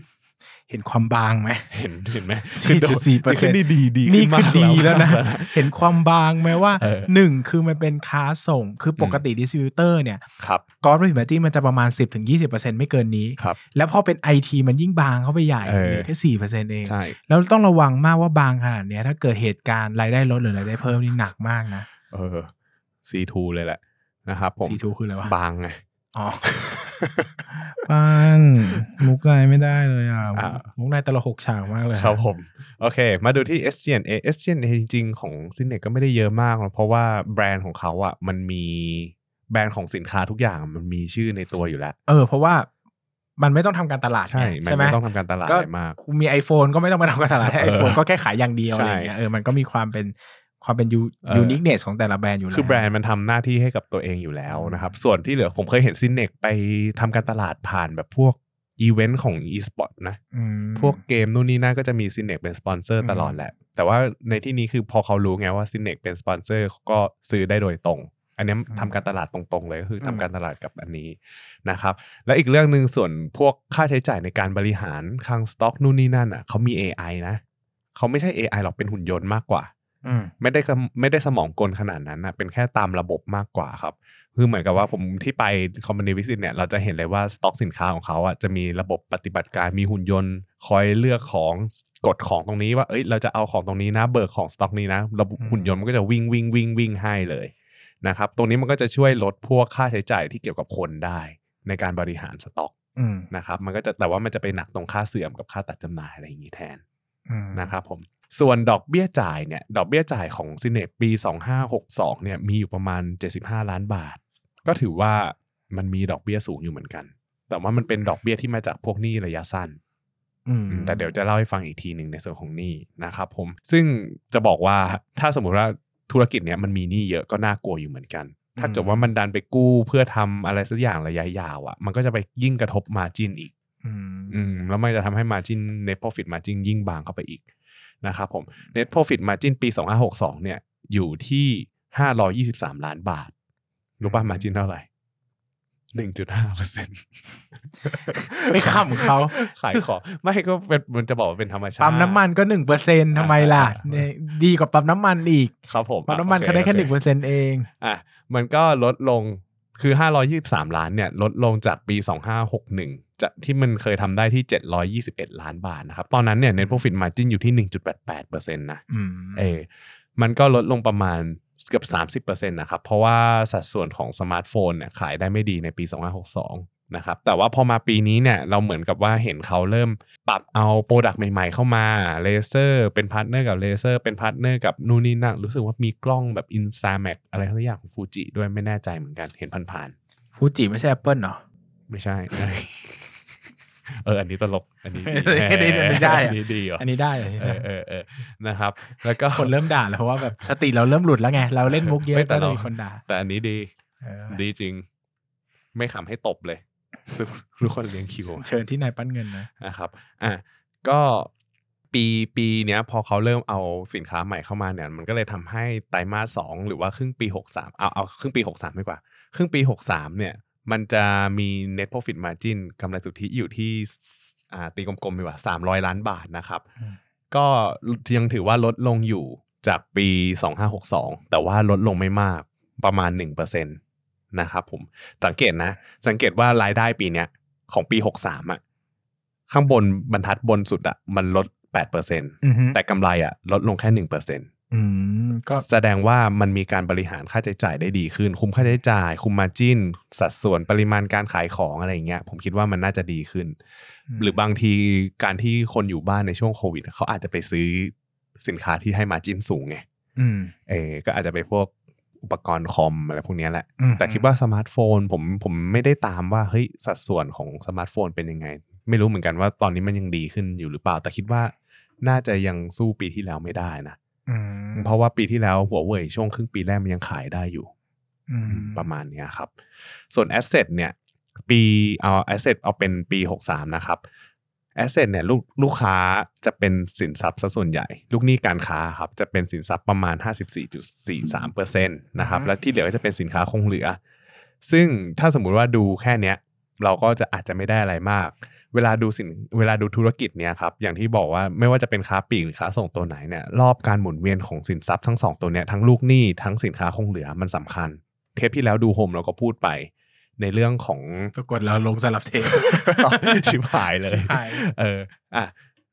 A: เห็นความบางไหม
B: เห็นเห็นไหมคือโดด
A: 4.4%
B: นี่ดีดี
A: นี่
B: ขึ้น
A: คื
B: มา
A: อก ดีแล้วนะ เห็นความบางไหมว่า
B: เออ
A: หนึ่งคือมันเป็นค้าส่ง คือปกติดิสติบิวเตอร์เนี่ย
B: ครับ
A: กอร์ดวิมาจีมันจะประมาณ 10-20%ไม่เกินนี้
B: ครับ
A: แล้วพอเป็นไอทีมันยิ่งบางเข้าไปใหญ่
B: เออ
A: เหลือแค่สี่เปอร์เซ็นเอง
B: ใช่
A: แล้วต้องระวังมากว่าบางขนาดเนี้ยถ้าเกิดเหตุการณ์รายได้ลดหรือรายได้เพิ่มนี่หนักมากนะ
B: เออ C2 เลยแหละนะครับผม
A: สีทูคืออะไรวะ
B: บางไง
A: อ๋อ
B: [LAUGHS]
A: บ้านมุกนายไม่ได้เลยอ่ะ
B: อ่า
A: มุกนายตลกหกฉากมากเลย
B: ครับผม โอเค มาดูที่ SGNA SGNA จริงๆ ของซินเนก็ไม่ได้เยอะมากหรอกเพราะว่าแบรนด์ของเขาอ่ะมันมีแบรนด์ของสินค้าทุกอย่างอะมันมีชื่อในตัวอยู่แล้ว
A: เออ เพราะว่ามันไม่ต้องทำการตลาดไง
B: ใช่มัน
A: ไหม
B: ไม่ต้องทำการตลาดอะไรมาก
A: คุณมี iPhone ก็ไม่ต้องมาทำการตลาดให้
B: เออ
A: iPhone ก็แค่ขายอย่างเดียวอะ
B: ใช่
A: ไรอย่างเงี้ยเออมันก็มีความเป็นความเป็นยู
B: เออ
A: ยูนิคเนสของแต่ละแบรนด์อยู่ล้ว
B: คือแบรนด์มันทำหน้าที่ให้กับตัวเองอยู่แล้วนะครับ ส่วนที่เหลือผมเคยเห็นซินเนกไปทำการตลาดผ่านแบบพวกอีเวนต์ของ e-sport นะ
A: อืม
B: พวกเกมนู่นนี่นั่นก็จะมีซินเนกเป็นสปอนเซอร์
A: อืม
B: ตลอดแหละ แต่ว่าในที่นี้คือพอเขารู้ไงว่าซินเนกเป็นสปอนเซอร์เขาก็ซื้อได้โดยตรง อันเนี้ยทำการตลาดตรงๆเลยก็คือทำการตลาดกับอันนี้นะครับ และอีกเรื่องหนึ่งส่วนพวกค่าใช้จ่ายในการบริหารคลังสต็อกนู่นนี่นั่นอ่ะเขามี AI นะเขาไม่ใช่ AI หรอกเป็นหุ่นยนต์มากกว่า
A: อืม
B: ไม่ได้กำไม่ได้สมองกลขนาดนั้นนะเป็นแค่ตามระบบมากกว่าครับ คือเหมือนกับว่าผมที่ไปคอม a านีวิสิตเนี่ยเราจะเห็นเลยว่าสต็อกสินค้าของเขาอ่ะจะมีระบบปฏิบัติการมีหุ่นยนต์ คอยเลือกของกดของตรงนี้ว่าเอ้ยเราจะเอาของตรงนี้นะเบิกของสต็อกนี้นะระบบ
A: อืม
B: หุ่นยนต์มันก็จะวิ่งวิ่งวิ่งวิ่งให้เลยนะครับตรงนี้มันก็จะช่วยลดพวกค่าใช้จ่ายที่เกี่ยวกับคนได้ ในการบริหารสต็อก
A: อืม
B: นะครับมันก็จะแต่ว่ามันจะไปหนักตรงค่าเสื่อมกับค่าตัดจำหน่ายอะไรอย่างนี้แทน
A: อืม
B: นะครับผมส่วนดอกเบี้ยจ่ายเนี่ยดอกเบี้ยจ่ายของซินเนปี 2562เนี่ยมีอยู่ประมาณ 75 ล้านบาท ก็ถือว่ามันมีดอกเบี้ยสูงอยู่เหมือนกัน แต่ว่ามันเป็นดอกเบี้ยที่มาจากพวกหนี้ระยะสั้น
A: อืม
B: แต่เดี๋ยวจะเล่าให้ฟังอีกทีหนึ่งในส่วนของหนี้นะครับผมซึ่งจะบอกว่าถ้าสมมุติว่าธุรกิจเนี้ยมันมีหนี้เยอะก็น่ากลัวอยู่เหมือนกัน ถ้าเกิดว่ามันดันไปกู้เพื่อทำอะไรสักอย่างระยะยาวอะ่ะมันก็จะไปยิ่งกระทบมาจินอีก
A: อืม
B: อืมแล้วมันจะทำให้ margin net profit margin ยิ่งบางเข้าไปอีกนะครับผม net profit margin ปี 2562 เนี่ย อยู่ที่ 523 ล้านบาท รู้ป่ะ margin เท่าไหร่ หนึ่งจุดห้าเปอร์เซ็นต์ [LAUGHS]
A: ไปขำเขา
B: ขาย
A: [LAUGHS]
B: ของไม่ก็เป็นมันจะบอกว่าเป็นธรรมชาติ
A: ปั๊มน้ำมันก็หนึ่งเปอร์เซ็นทำไมล่ะ
B: อ่า
A: เนี่ยดีกว่าปั๊มน้ำมันอีก
B: ครับผม
A: ปั๊มน้ำมันเขาได้แค่ห
B: โอ
A: นึ่ง
B: โอ
A: เปอร์เซ็นเอง
B: อ่ะมันก็ลดลงคือ 523 ล้านเนี่ย ลดลงจากปี 2561จะที่มันเคยทำได้ที่ 721 ล้านบาทนะครับ ตอนนั้นเนี่ย net profit margin อยู่ที่ 1.88%นะ
A: อืม
B: เออมันก็ลดลงประมาณเกือบ30%นะครับ เพราะว่าสัดส่วนของสมาร์ทโฟนเนี่ยขายได้ไม่ดีในปี 2562 นะครับ แต่ว่าพอมาปีนี้เนี่ย เราเหมือนกับว่าเห็นเขาเริ่มปรับเอาโปรดักต์ใหม่ ๆ เข้ามาเลเซอร์เป็นพาร์ทเนอร์กับเลเซอร์เป็นพาร์ทเนอร์กับนู่นนี่นั่นรู้สึกว่ามีกล้องแบบ i n s t a m a x อะไรสักอย่างของฟูจิด้วยไม่แน่ใจเหมือนกันเห็นผ่าน
A: ฟูจิไม่ใช่แอปเปิลเหรอ
B: ๆ ไม่ใช่ เออ อันนี้ตลก อันนี้ดี
A: อันนี้อันนี้ได้อะ
B: อันนี้ดีเหรอ
A: อันนี้ได้เหรอ
B: เออเออเออนะครับ แล้วก็
A: คนเริ่มด่าแล้วเพราะว่าแบบสติเราเริ่มหลุดแล้วไง เราเล่นมุกเย
B: ไม่
A: อะ
B: แต่
A: ก็จะ
B: เรา
A: มีคนด่า
B: แต่อันนี้ดี
A: เออ
B: ดีจริง ไม่ขำให้ตบเลย [LAUGHS] ทุกคนเลี้ยงคิว
A: เชิญที่นายปั้นเงินนะ
B: นะครับ อ่ะ ก็ปีปีเนี้ยพอเขาเริ่มเอาสินค้าใหม่เข้ามาเนี่ย มันก็เลยทำให้ไตรมาสสองหรือว่าครึ่งปี 63 เอาเอาครึ่งปี 63ดีกว่า ครึ่งปี 63 เนี่ย มันจะมี net profit margin กำไรสุทธิอยู่ที่อ่าตีกลมๆดีกว่า 300 ล้านบาทนะครับ
A: อืม
B: ก็ยังถือว่าลดลงอยู่จากปี 2562 แต่ว่าลดลงไม่มากประมาณ 1%นะครับผม สังเกตนะ สังเกตว่ารายได้ปีเนี้ยของปี 63อ่ะข้างบนบรรทัดบนสุดอ่ะมันลด
A: อ
B: 8%
A: ือฮึ
B: แต่กำไรอ่ะลดลงแค่ 1%
A: อืมก็
B: แสดงว่ามันมีการบริหารค่าใช้จ่ายได้ดีขึ้น คุมค่าใช้จ่าย คุมมาจินสัดส่วนปริมาณการขายของอะไรอย่างเงี้ยผมคิดว่ามันน่าจะดีขึ้น หรือบางทีการที่คนอยู่บ้านในช่วงโควิด เขาอาจจะไปซื้อสินค้าที่ให้มาจินสูงไง
A: อืม
B: เออก็อาจจะไปพวกอุปกรณ์คอมอะไรพวกเนี้ยแหละ
A: อืม
B: แต่คิดว่าสมาร์ทโฟนผมผมไม่ได้ตามว่าเฮ้ยสัดส่วนของสมาร์ทโฟนเป็นยังไง ไม่รู้เหมือนกันว่าตอนนี้มันยังดีขึ้นอยู่หรือเปล่า แต่คิดว่าน่าจะยังสู้ปีที่แล้วไม่ได้นะ
A: อืม
B: เพราะว่าปีที่แล้วหัวเว่ยช่วงครึ่งปีแรกมันยังขายได้อยู่
A: อืม
B: ประมาณเนี้ยครับ ส่วนแอสเซทเนี่ยปีเอาแอสเซทเอาเป็นปี 63 นะครับแอสเซทเนี่ยลูกลูกค้าจะเป็นสินทรัพย์ซะส่วนใหญ่ ลูกหนี้การค้าครับจะเป็นสินทรัพย์ประมาณ 54.43%นะครับและที่เหลือก็จะเป็นสินค้าคงเหลือ ซึ่งถ้าสมมุติว่าดูแค่เนี้ย เราก็จะอาจจะไม่ได้อะไรมาก เวลาดูสินเวลาดูธุรกิจเนี่ยครับอย่างที่บอกว่าไม่ว่าจะเป็นค้าปลีกหรือค้าส่งตัวไหนเนี่ยรอบการหมุนเวียนของสินทรัพย์ทั้งสองตัวเนี่ยทั้งลูกหนี้ทั้งสินค้าคงเหลือมันสำคัญ เทปที่แล้วดูโฮมเราก็พูดไปในเรื่อง
A: [LAUGHS]
B: ของ
A: ปรากฏเราลงสลับเทป
B: ชิบหายเลย
A: ชิบหาย
B: เอออ่ะ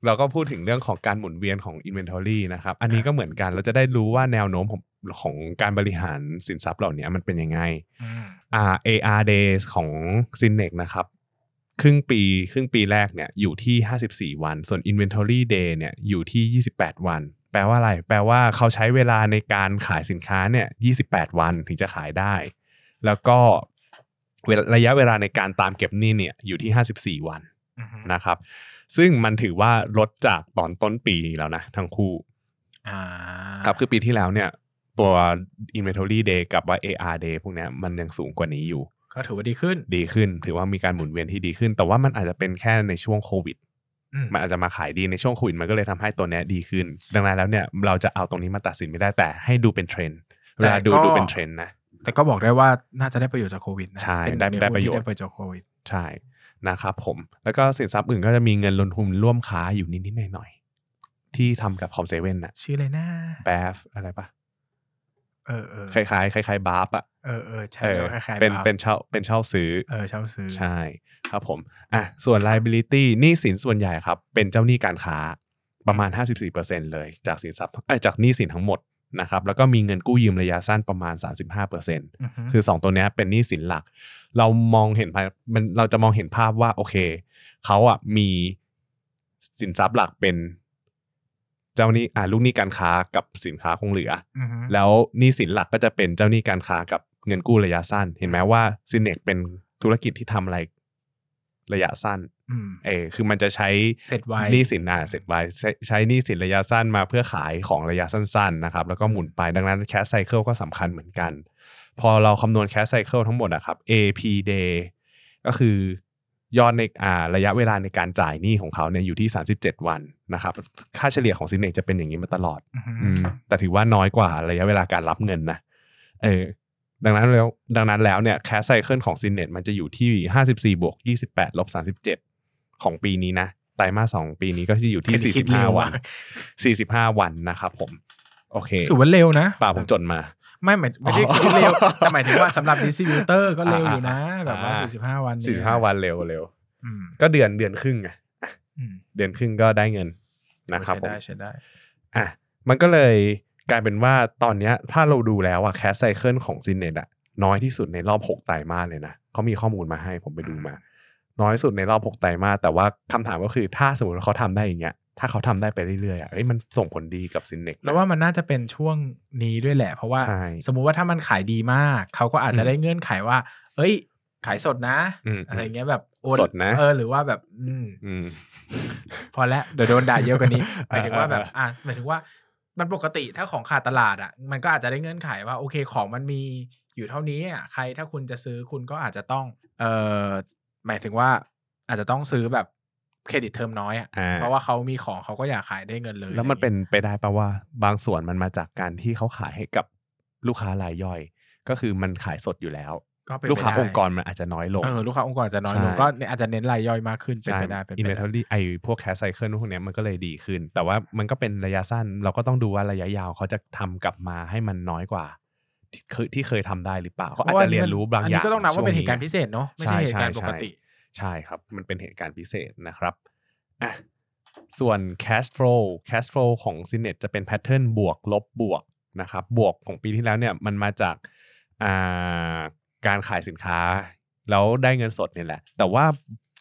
B: เราก็พูดถึงเรื่องของการหมุนเวียนของ Inventory นะครับ อันนี้ก็เหมือนกันเราจะได้รู้ว่าแนวโน้มของของการบริหารสินทรัพย์เหล่านี้มันเป็นยังไง
A: อืม
B: อ่า AR days ของ s y n e x นะครับ ครึ่งปีครึ่งปีแรกเนี่ยอยู่ที่ 54 วัน ส่วน Inventory day เนี่ยอยู่ที่ 28 วัน แปลว่าอะไร แปลว่าเขาใช้เวลาในการขายสินค้าเนี่ย 28 วันถึงจะขายได้ แล้วก็เวลาระยะเวลาในการตามเก็บหนี้เนี่ยอยู่ที่ 54 วัน
A: อือฮึ
B: นะครับ ซึ่งมันถือว่าลดจากตอนต้นปีแล้วนะ ทั้งคู่
A: อ่า
B: ครับคือปีที่แล้วเนี่ยตัว Inventory Day กับว่า AR Day พวกเนี้ยมันยังสูงกว่านี้อยู่
A: ก็ถือว่าดีขึ้น
B: ดีขึ้น ถือว่ามีการหมุนเวียนที่ดีขึ้น แต่ว่ามันอาจจะเป็นแค่ในช่วงโควิด
A: อืม
B: มันอาจจะมาขายดีในช่วงโควิด มันก็เลยทำให้ตัวเนี้ยดีขึ้น ดังนั้นแล้วเนี่ยเราจะเอาตรงนี้มาตัดสินไม่ได้แต่ให้ดูเป็นเทรนด์เวลาดู
A: แต่ก็
B: ดูเป็นเทรนด์นะ
A: แต่ก็บอกได้ว่าน่าจะได้ประโยชน์จากโควิดนะ
B: ใช่
A: เป็นห
B: ได้
A: นึ่ง
B: ได้
A: ใน
B: ประโยชน์
A: หุ้นที่ได้ประโยชน์จากโควิด
B: ใช่นะครับผม แล้วก็สินทรัพย์อื่นก็จะมีเงินลงทุนร่วมค้าอยู่นิดๆหน่อยๆที่ทำกับคอมเซเว่นน่ะ
A: ชื่ออะไรนะ
B: แบฟอะไรปะ
A: เออเออ
B: คล้ายๆคล้ายๆบาร์ปอะ
A: เออเออใช่
B: เออ
A: คล้ายๆ
B: เป็น
A: บาร์
B: เป็นเช่าเป็นเช่าซื้อ
A: เออเช่าซื้อ
B: ใช่ครับผมอ่ะส่วน liability หนี้สินส่วนใหญ่ครับ เป็นเจ้าหนี้การค้าประมาณ 54%เลยจากสินทรัพย์เอ้ยจากหนี้สินทั้งหมดนะครับ แล้วก็มีเงินกู้ยืมระยะสั้นประมาณ 35%
A: อือฮึ
B: คือ 2 ตัวเนี้ยเป็นหนี้สินหลัก เรามองเห็นภาพมันเราจะมองเห็นภาพว่า โอเค เขาอ่ะมีสินทรัพย์หลักเป็นเจ้าหนี้อ่ะลูกหนี้การค้ากับสินค้าคงเหลือ
A: อือฮึ
B: แล้วหนี้สินหลักก็จะเป็นเจ้าหนี้การค้ากับเงินกู้ระยะสั้น เห็นไหมว่าซินเนกเป็นธุรกิจที่ทำอะไรระยะสั้น
A: อืม
B: เออคือมันจะใช้
A: เสร็จไว
B: หนี้สินอ่ะเสร็จไวใช้ใช้หนี้สินระยะสั้นมาเพื่อขายของระยะสั้นๆนะครับ แล้วก็หมุนไปดังนั้นแคสไซเคิลก็สำคัญเหมือนกัน พอเราคำนวณแคสไซเคิลทั้งหมดนะครับ AP day ก็คือยอดในอ่าระยะเวลาในการจ่ายหนี้ของเขาเนี่ยอยู่ที่ 37 วันนะครับค่าเฉลี่ยของซินเนกจะเป็นอย่างนี้มาตลอด
A: อือฮึ
B: อืมแต่ถือว่าน้อยกว่าระยะเวลาการรับเงินนะ เออ ดังนั้นแล้วดังนั้นแล้วเนี่ยแคสไซเคิลของซินเนตมันจะอยู่ที่ 54บวก28ลบ37 ของปีนี้นะไตรมาสสองปีนี้ก็จะอยู่ที่
A: คิดเร็ว
B: 45 วั
A: มาน ก
B: 45 วันนะครับผม โอเค
A: ถือว่าเร็วนะ
B: ป่าผมจดมา
A: ไม่หมายไม่ได้
B: อ๋อ
A: คิดเร็วแต่หมายถึงว่าสำหรับดิส t r ิบิวเตอร์ก็เร็วอยู่นะ
B: อ่า
A: แบบว่า
B: อ่า
A: 45 วันเนี่ย
B: 45 วันเร็วเร็ว
A: อืม
B: ก็เดือนเดือนครึ่งไง
A: อืม
B: เดือนครึ่งก็ได้เงินนะครับผม
A: ใช้ได้ใช้ได้
B: อ่ะมันก็เลยกลายเป็นว่าตอนเนี้ยถ้าเราดูแล้วอะแคสไซเคิลของซินเนตอะน้อยที่สุดในรอบ 6 ไตรมาสเลยนะเขามีข้อมูลมาให้ผมไปดูมา น้อยสุดในรอบ 6 ไตรมาสแต่ว่าคำถามก็คือถ้าสมมติว่าเขาทำได้อย่างเงี้ยถ้าเขาทำได้ไปเรื่อยๆอะเอ้ยมันส่งผลดีกับซินเนต
A: แล้วว่ามันน่าจะเป็นช่วงนี้ด้วยแหละ เพราะว่า
B: ใช่
A: สมมุติว่าถ้ามันขายดีมาก เขาก็อาจจะ
B: อืม
A: ได้เงื่อนไขว่า เอ้ย ขายสดนะ
B: อืม
A: อะไรเงี้ยแบบโอน
B: สดนะ
A: เออหรือว่าแบบ อืม
B: อืม
A: พอแล้วเดี๋ยวโดนด่าเยอะกว่านี้
B: [LAUGHS]
A: หมายถึงว่า
B: อ่า
A: แบบ
B: อ่า
A: อ่ะหมายถึงว่ามันปกติถ้าของขาดตลาดอ่ะ มันก็อาจจะได้เงื่อนไขว่า โอเคของมันมีอยู่เท่านี้อ่ะใครถ้าคุณจะซื้อคุณก็อาจจะต้อง เอ่อหมายถึงว่า อาจจะต้องซื้อแบบเครดิตเทอมน้อยอ่ะ
B: อ่า
A: เพราะว่าเขามีของเขาก็อยากขายได้เงินเลย
B: แล้วมันเป็นไปได้ปะว่าบางส่วนมันมาจากการที่เขาขายให้กับลูกค้ารายย่อย ก็คือมันขายสดอยู่แล้ว
A: ก็เป็นไป
B: ลูกค้า
A: ได้
B: องค์กรมันอาจจะน้อยลง
A: เออลูกค้าองค์กรจะน้อยลง
B: ใช่
A: ก็อาจจะเน้นรายย่อยมากขึ้นเป็น
B: ใช่
A: ไปได้เป็นไปได้
B: inventory ไอพวกแคสไซเคิลพวกเนี้ยมันก็เลยดีขึ้น แต่ว่ามันก็เป็นระยะสั้น เราก็ต้องดูว่าระยะยาวเขาจะทำกลับมาให้มันน้อยกว่า ที่เคยที่เคยทำได้หรือเปล่าเขาอาจจะเรียนรู้บางอย่าง
A: นนี้ก็ต้องนับว่าเป็นเหตุการณ์
B: ช่
A: พิ
B: วง
A: เศษเนาะไม่ใช่เหตุการณ์ปกติ
B: ใช่ครับ มันเป็นเหตุการณ์พิเศษนะครับอ่ะส่วน cash flow cash flow ของ s i n e t จะเป็นแพทเทิร์นบวกลบบวกนะครับบวกของปีที่แล้วเนี่ยมันมาจากอ่าการขายสินค้า แล้วได้เงินสดเนี่ยแหละ แต่ว่า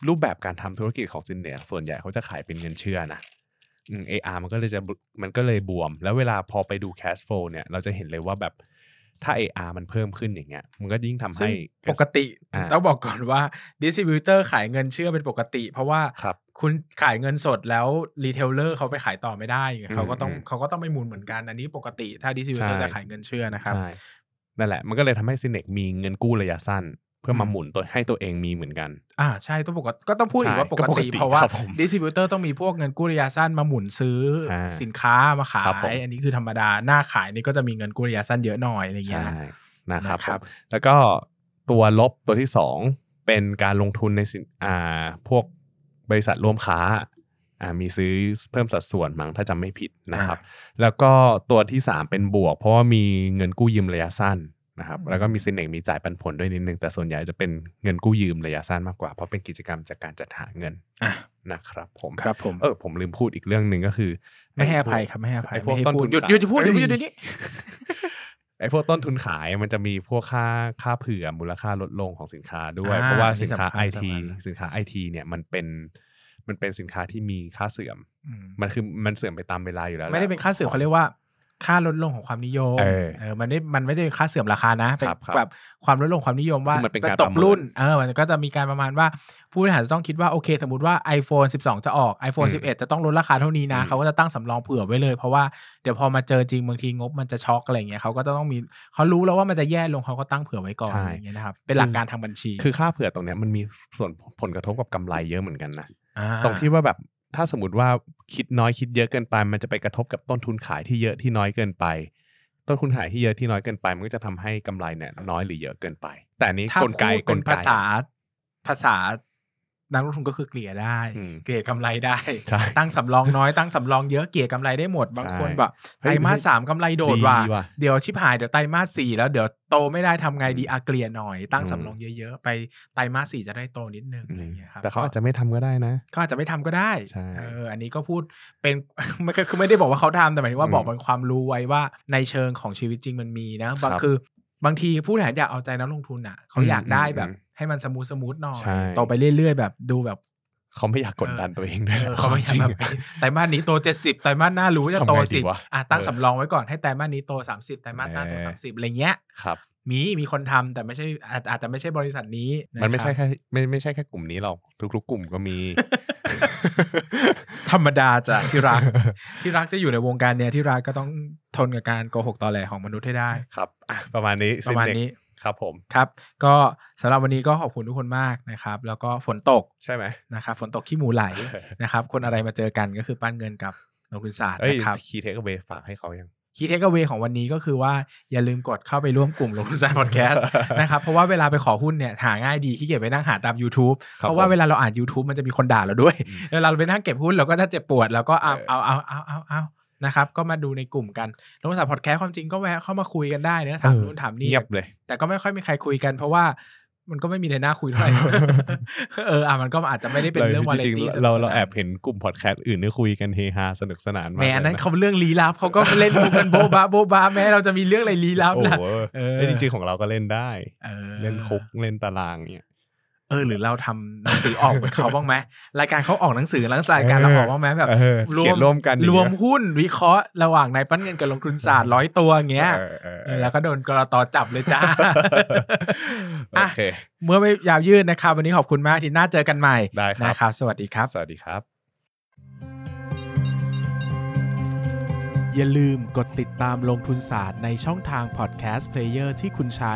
B: รูปแบบการทำธุรกิจของซินเนียส่วนใหญ่เขาจะขายเป็นเงินเชื่อนะอืม AR มันก็เลยจะมันก็เลยบวม แล้วเวลาพอไปดู cash flow เนี่ย เราจะเห็นเลยว่าแบบถ้า AR มันเพิ่มขึ้นอย่างเงี้ย มันก็ยิ่งทำ
A: ซึ่
B: ให้
A: งปกติ
B: อ่า
A: ต้องบอกก่อนว่าดิส t r ิบิวเตอร์ขายเงินเชื่อเป็นปกติ เพราะว่า
B: ครับ
A: คุณขายเงินสดแล้วรีเทลเลอร์เขาไปขายต่อไม่ได้ไงเขาก็ต้อง
B: อืม
A: เขาก็ต้องไม่มูลเหมือนกัน อันนี้ปกติถ้าดิส t r ิบิวเตอร์
B: ใช่
A: จะขายเงินเชื่อนะครับ
B: ใช่นั่นแหละ มันก็เลยทำให้ซินเนกมีเงินกู้ระยะสั้น เพื่อมา
A: อืม
B: หมุนตัวให้ตัวเองมีเหมือนกัน
A: อ่าใช่ต้องปกติก็ต้องพูดอีกว่า
B: ใช่
A: ป
B: ก็
A: ก
B: ปกติ
A: ติ เพราะว่า
B: ครับผม
A: ดิส t r ิบิวเตอร์ต้องมีพวกเงินกู้ระยะสั้นมาหมุนซื้ออา สินค้ามาขา
B: ครับผม
A: ย อันนี้คือธรรมดาหน้าขายนี่ก็จะมีเงินกู้ระยะสั้นเยอะหน่อยอะไรเงี้ย
B: ใช่นะครับ
A: นะครับ
B: ผมแล้วก็ตัวลบตัวที่สองเป็นการลงทุนในสินอ่าพวกบริษัทร่วมค้าอ่ามีซื้อเพิ่มสัดส่วนมั้งถ้าจำไม่ผิดนะครับ แล้วก็ตัวที่สามเป็นบวก เพราะว่ามีเงินกู้ยืมระยะสั้นนะครับ
A: อืม
B: แล้วก็มีซินเอกมีจ่ายปันผลด้วยนิดนึง แต่ส่วนใหญ่จะเป็นเงินกู้ยืมระยะสั้นมากกว่า เพราะเป็นกิจกรรมจากการจัดหาเงิน
A: อ่ะ
B: นะครับผม
A: ครับผม
B: เออผมลืมพูดอีกเรื่องหนึ่งก็คือ
A: ไม่ให้อภัยครับไม่ให้อภัย
B: ไอพวก
A: ไม่ให้
B: ต้น
A: พูด
B: ทุน
A: หยุด
B: ขา
A: หยุดพูดหยุดพูดหยุดเดี๋ยวนี้
B: ไอพวกต้นทุนขายมันจะมีพวกค่าค่าเผื่อมูลค่าลดลงของสินค้าด้วย
A: อ่า
B: เพราะว่า
A: อันนี้
B: สินค้า
A: สำคั
B: ไอ
A: ญ
B: ที
A: สำคัญ
B: สินค้าไอทีเนี่ยมันเป็นมันเป็นสินค้าที่มีค่าเสื่อม
A: อืม
B: มันคือมันเสื่อมไปตามเวลาอยู่แล้ว
A: ไม่ได้เป็นค่าเสื่อม
B: ข
A: เขา
B: ง
A: เรียกว่า ค่าลดลงของความนิยม
B: เออ
A: เออมันไม่มันไม่ได้เป็นค่าเสื่อมราคานะเป็น
B: ครับครับ
A: แบบความลดลงความนิยมว่า
B: คือมันเป็นกา
A: ต
B: รประ
A: ก
B: เมิน
A: รุ่นเออมันก็จะมีการประมาณว่า ผู้บริหารจะต้องคิดว่าโอเค สมมติว่า iPhone 12 จะออก iPhone
B: อืม
A: 11 จะต้องลดราคาเท่านี้นะ
B: อืม
A: เขาก็จะตั้งสำรองเผื่อไว้เลย เพราะว่าเดี๋ยวพอมาเจอจริงบางทีงบมันจะช็อกอะไรอย่างเงี้ยเขาก็จะต้องมีเขารู้แล้วว่ามันจะแย่ลงเขาก็ตั้งเผื่อไว้ก่อนอะไรอย่างเงี้ยนะครับเป็นหลักการทางบัญชี
B: คือค่าเผื่อตรงเนี้ยมันมีส่วนผลกระทบกับกำไรเยอะเหมือนกันนะ
A: า
B: ตรงที่ว่าแบบถ้าสมมติว่าคิดน้อยคิดเยอะเกินไป มันจะไปกระทบกับต้นทุนขายที่เยอะที่น้อยเกินไป ต้นทุนขายที่เยอะที่น้อยเกินไป มันก็จะทำให้กำไรเนี่ยน้อยหรือเยอะเกินไป แต่อันนี้
A: ถ้าก
B: ลไก
A: พูด
B: ก
A: เป็น
B: ลไก
A: ภาษาภาษานักลงทุนก็คือเกลี่ยได้
B: อืม
A: เกลี่ยกำไรได้
B: ใช่
A: ตั้งสำรองน้อยตั้งสำรองเยอะเกลี่ยกำไรได้หมดบางคน
B: ใช่
A: แบบ
B: เฮ้
A: ไตร
B: ย
A: มาส
B: เฮ้ย
A: สามกำไรโดดว่ะ
B: ดีว่ะ
A: เดี๋ยวชิบหายเดี๋ยวไตรมาสสี่แล้วเดี๋ยวโตไม่ได้ทำไงดี
B: อืม
A: อะเกลี่ยหน่อย ตั้ง
B: อืม
A: สำรองเยอะๆ ไปไตรมาสสี่จะได้โตนิดนึงอะไรอย่างเงี้ยครั
B: แต่เขาอาจจะไม่ทำก็ได้นะ
A: เขาอาจจะไม่ทำก็ได้
B: ใช่
A: เอออันนี้ก็พูดเป็น [LAUGHS] ไม่ก็คือไม่ได้บอกว่าเขาทำแต่หมายถึงว่า
B: อืม
A: บอกเป็นความรู้ไว้ว่าในเชิงของชีวิตจริงมันมีนะบาง
B: ครับ
A: คือบางทีผู้บริหารอยากเอาใจนักลงทุนอ่ะเขาอยากได้แบบ
B: อืม
A: ให้มันสมูทสมูทหน่อย
B: ใช่
A: โตไปเรื่อยๆ แบบดูแบบ
B: เขาไม่อยากกดดันตัวเองด้วย
A: เออเขาไม่อยากแบบ
B: จริง
A: ไตรมาสนี้โตเจ็ดสิบไตรมาสหน้ารู้ว่าจะโต
B: ทำไงดี
A: สิบ
B: วะ
A: อ่ะตั้ง
B: เออ
A: สำรองไว้ก่อนให้ไตรมาสนี้โตสามสิบไตรมาสหน้าโต
B: เออ
A: สามสิบอะไรเงี้ย
B: ครับ
A: มีมีคนทำแต่ไม่ใช่อาจอาจจะไม่ใช่บริษัทนี้ะ
B: มันไม่ใช่
A: ครับ
B: แค่ไม่ไม่ใช่แค่กลุ่มนี้หรอกทุกๆกลุ่มก็มี
A: ธรรมดา
B: [LAUGHS]
A: จ้ะที่รัก ที่รักจะอยู่ในวงการเนี่ยที่รักก็ต้องทนกับการโกหกตอแหลของมนุษย์ให้
B: [LAUGHS]
A: ได้
B: ครับอ่ะประมาณนี้
A: ประมาณนี้
B: ครับผม
A: ครับ ก็สำหรับวันนี้ก็ขอบคุณทุกคนมากนะครับ แล้วก็ฝนตก
B: ใช่ไหม
A: นะครับฝนตกขี้หมูไหลนะครับ คนอะไรมาเจอกันก็คือปั้นเงินกับลงทุนศาสตร์
B: เอ้ย
A: นะครับ
B: คีย์เทคเวฝากให้เขายัง
A: คีย์เทคเวของวันนี้ก็คือว่าอย่าลืมกดเข้าไปร่วมกลุ่มลงทุนศาสตร์พอดแคสต์นะครับเพราะว่าเวลาไปขอหุ้นเนี่ยหาง่ายดีขี้เกียจไปนั่งหาตาม YouTube
B: ครับ
A: เพราะว่า
B: ผม
A: เวลาเราอ่าน YouTube มันจะมีคนด่าเราด้วย
B: อืม
A: เวลาเราไปนั่งเก็บหุ้นเราก็ถ้าเจ็บปวดเราก็เอา
B: เออ
A: เอาเอาเอาเอาเอานะครับก็มาดูในกลุ่มกันลงทุนศาสตร์พอดแคสต์ความจริงก็แวะเข้ามาคุยกันได้นะถามนู่นถามนี่
B: เงียบเลย
A: แต่ก็ไม่ค่อยมีใครคุยกันเพราะว่ามันก็ไม่มีในหน้าคุยเท่า
B: [LAUGHS]
A: ไหร่ เอออ่ะมันก็อาจจะไม่ได้เป็นเรื่องวาไร
B: จริง
A: ตี้
B: ๆเราเราแอบเห็นกลุ่มพอดแคสต์อื่นที่คุยกันเฮฮาสนุกสนานมาก
A: แหมอันนั้น
B: เลยะ
A: เขาเรื่องลี้ลับเขาก็เล่นมุกกัน [LAUGHS] โบ๊ะบะโบ๊ะบะแม้เราจะมีเรื่องอะไรลี้ลับ
B: โอ้
A: ล่ะ
B: โห
A: เออ
B: เอ้ยจริง ๆ ของเราก็เล่นได้
A: ออ
B: เล่นคุกเล่นตารางเนี่ย
A: เออหรือเราทำหนังสือออกเหมือนเขาบ้างไหมรายการเขาออกหนังสือแล้วรายการเราออกบ้างไหมแบบ
B: เออ
A: รวม
B: เขียนร่วมกันอย่าง
A: รวม
B: เงี้ย
A: หุ้นวิเคราะห์ระหว่างนายปั้นเงินกับลงทุนศาสตร์ร้อยตัวอย่างเงี้ย
B: เออเออ
A: เอ
B: เอ
A: อ
B: อ
A: แล้วก็โดนกรตจับเลย
B: [LAUGHS]
A: จ้า
B: โอ
A: อ่ะ
B: เค
A: เมื่อไม่ยาวยืดนะครับ วันนี้ขอบคุณมากที่น่าเจอกันใหม่
B: ได้ครับ
A: นะครับสวัสดีครับ
B: สวัสดีครับ
A: อย่าลืมกดติดตามลงทุนศาสตร์ในช่องทางพอดแคสต์เพลเยอร์ที่คุณใช้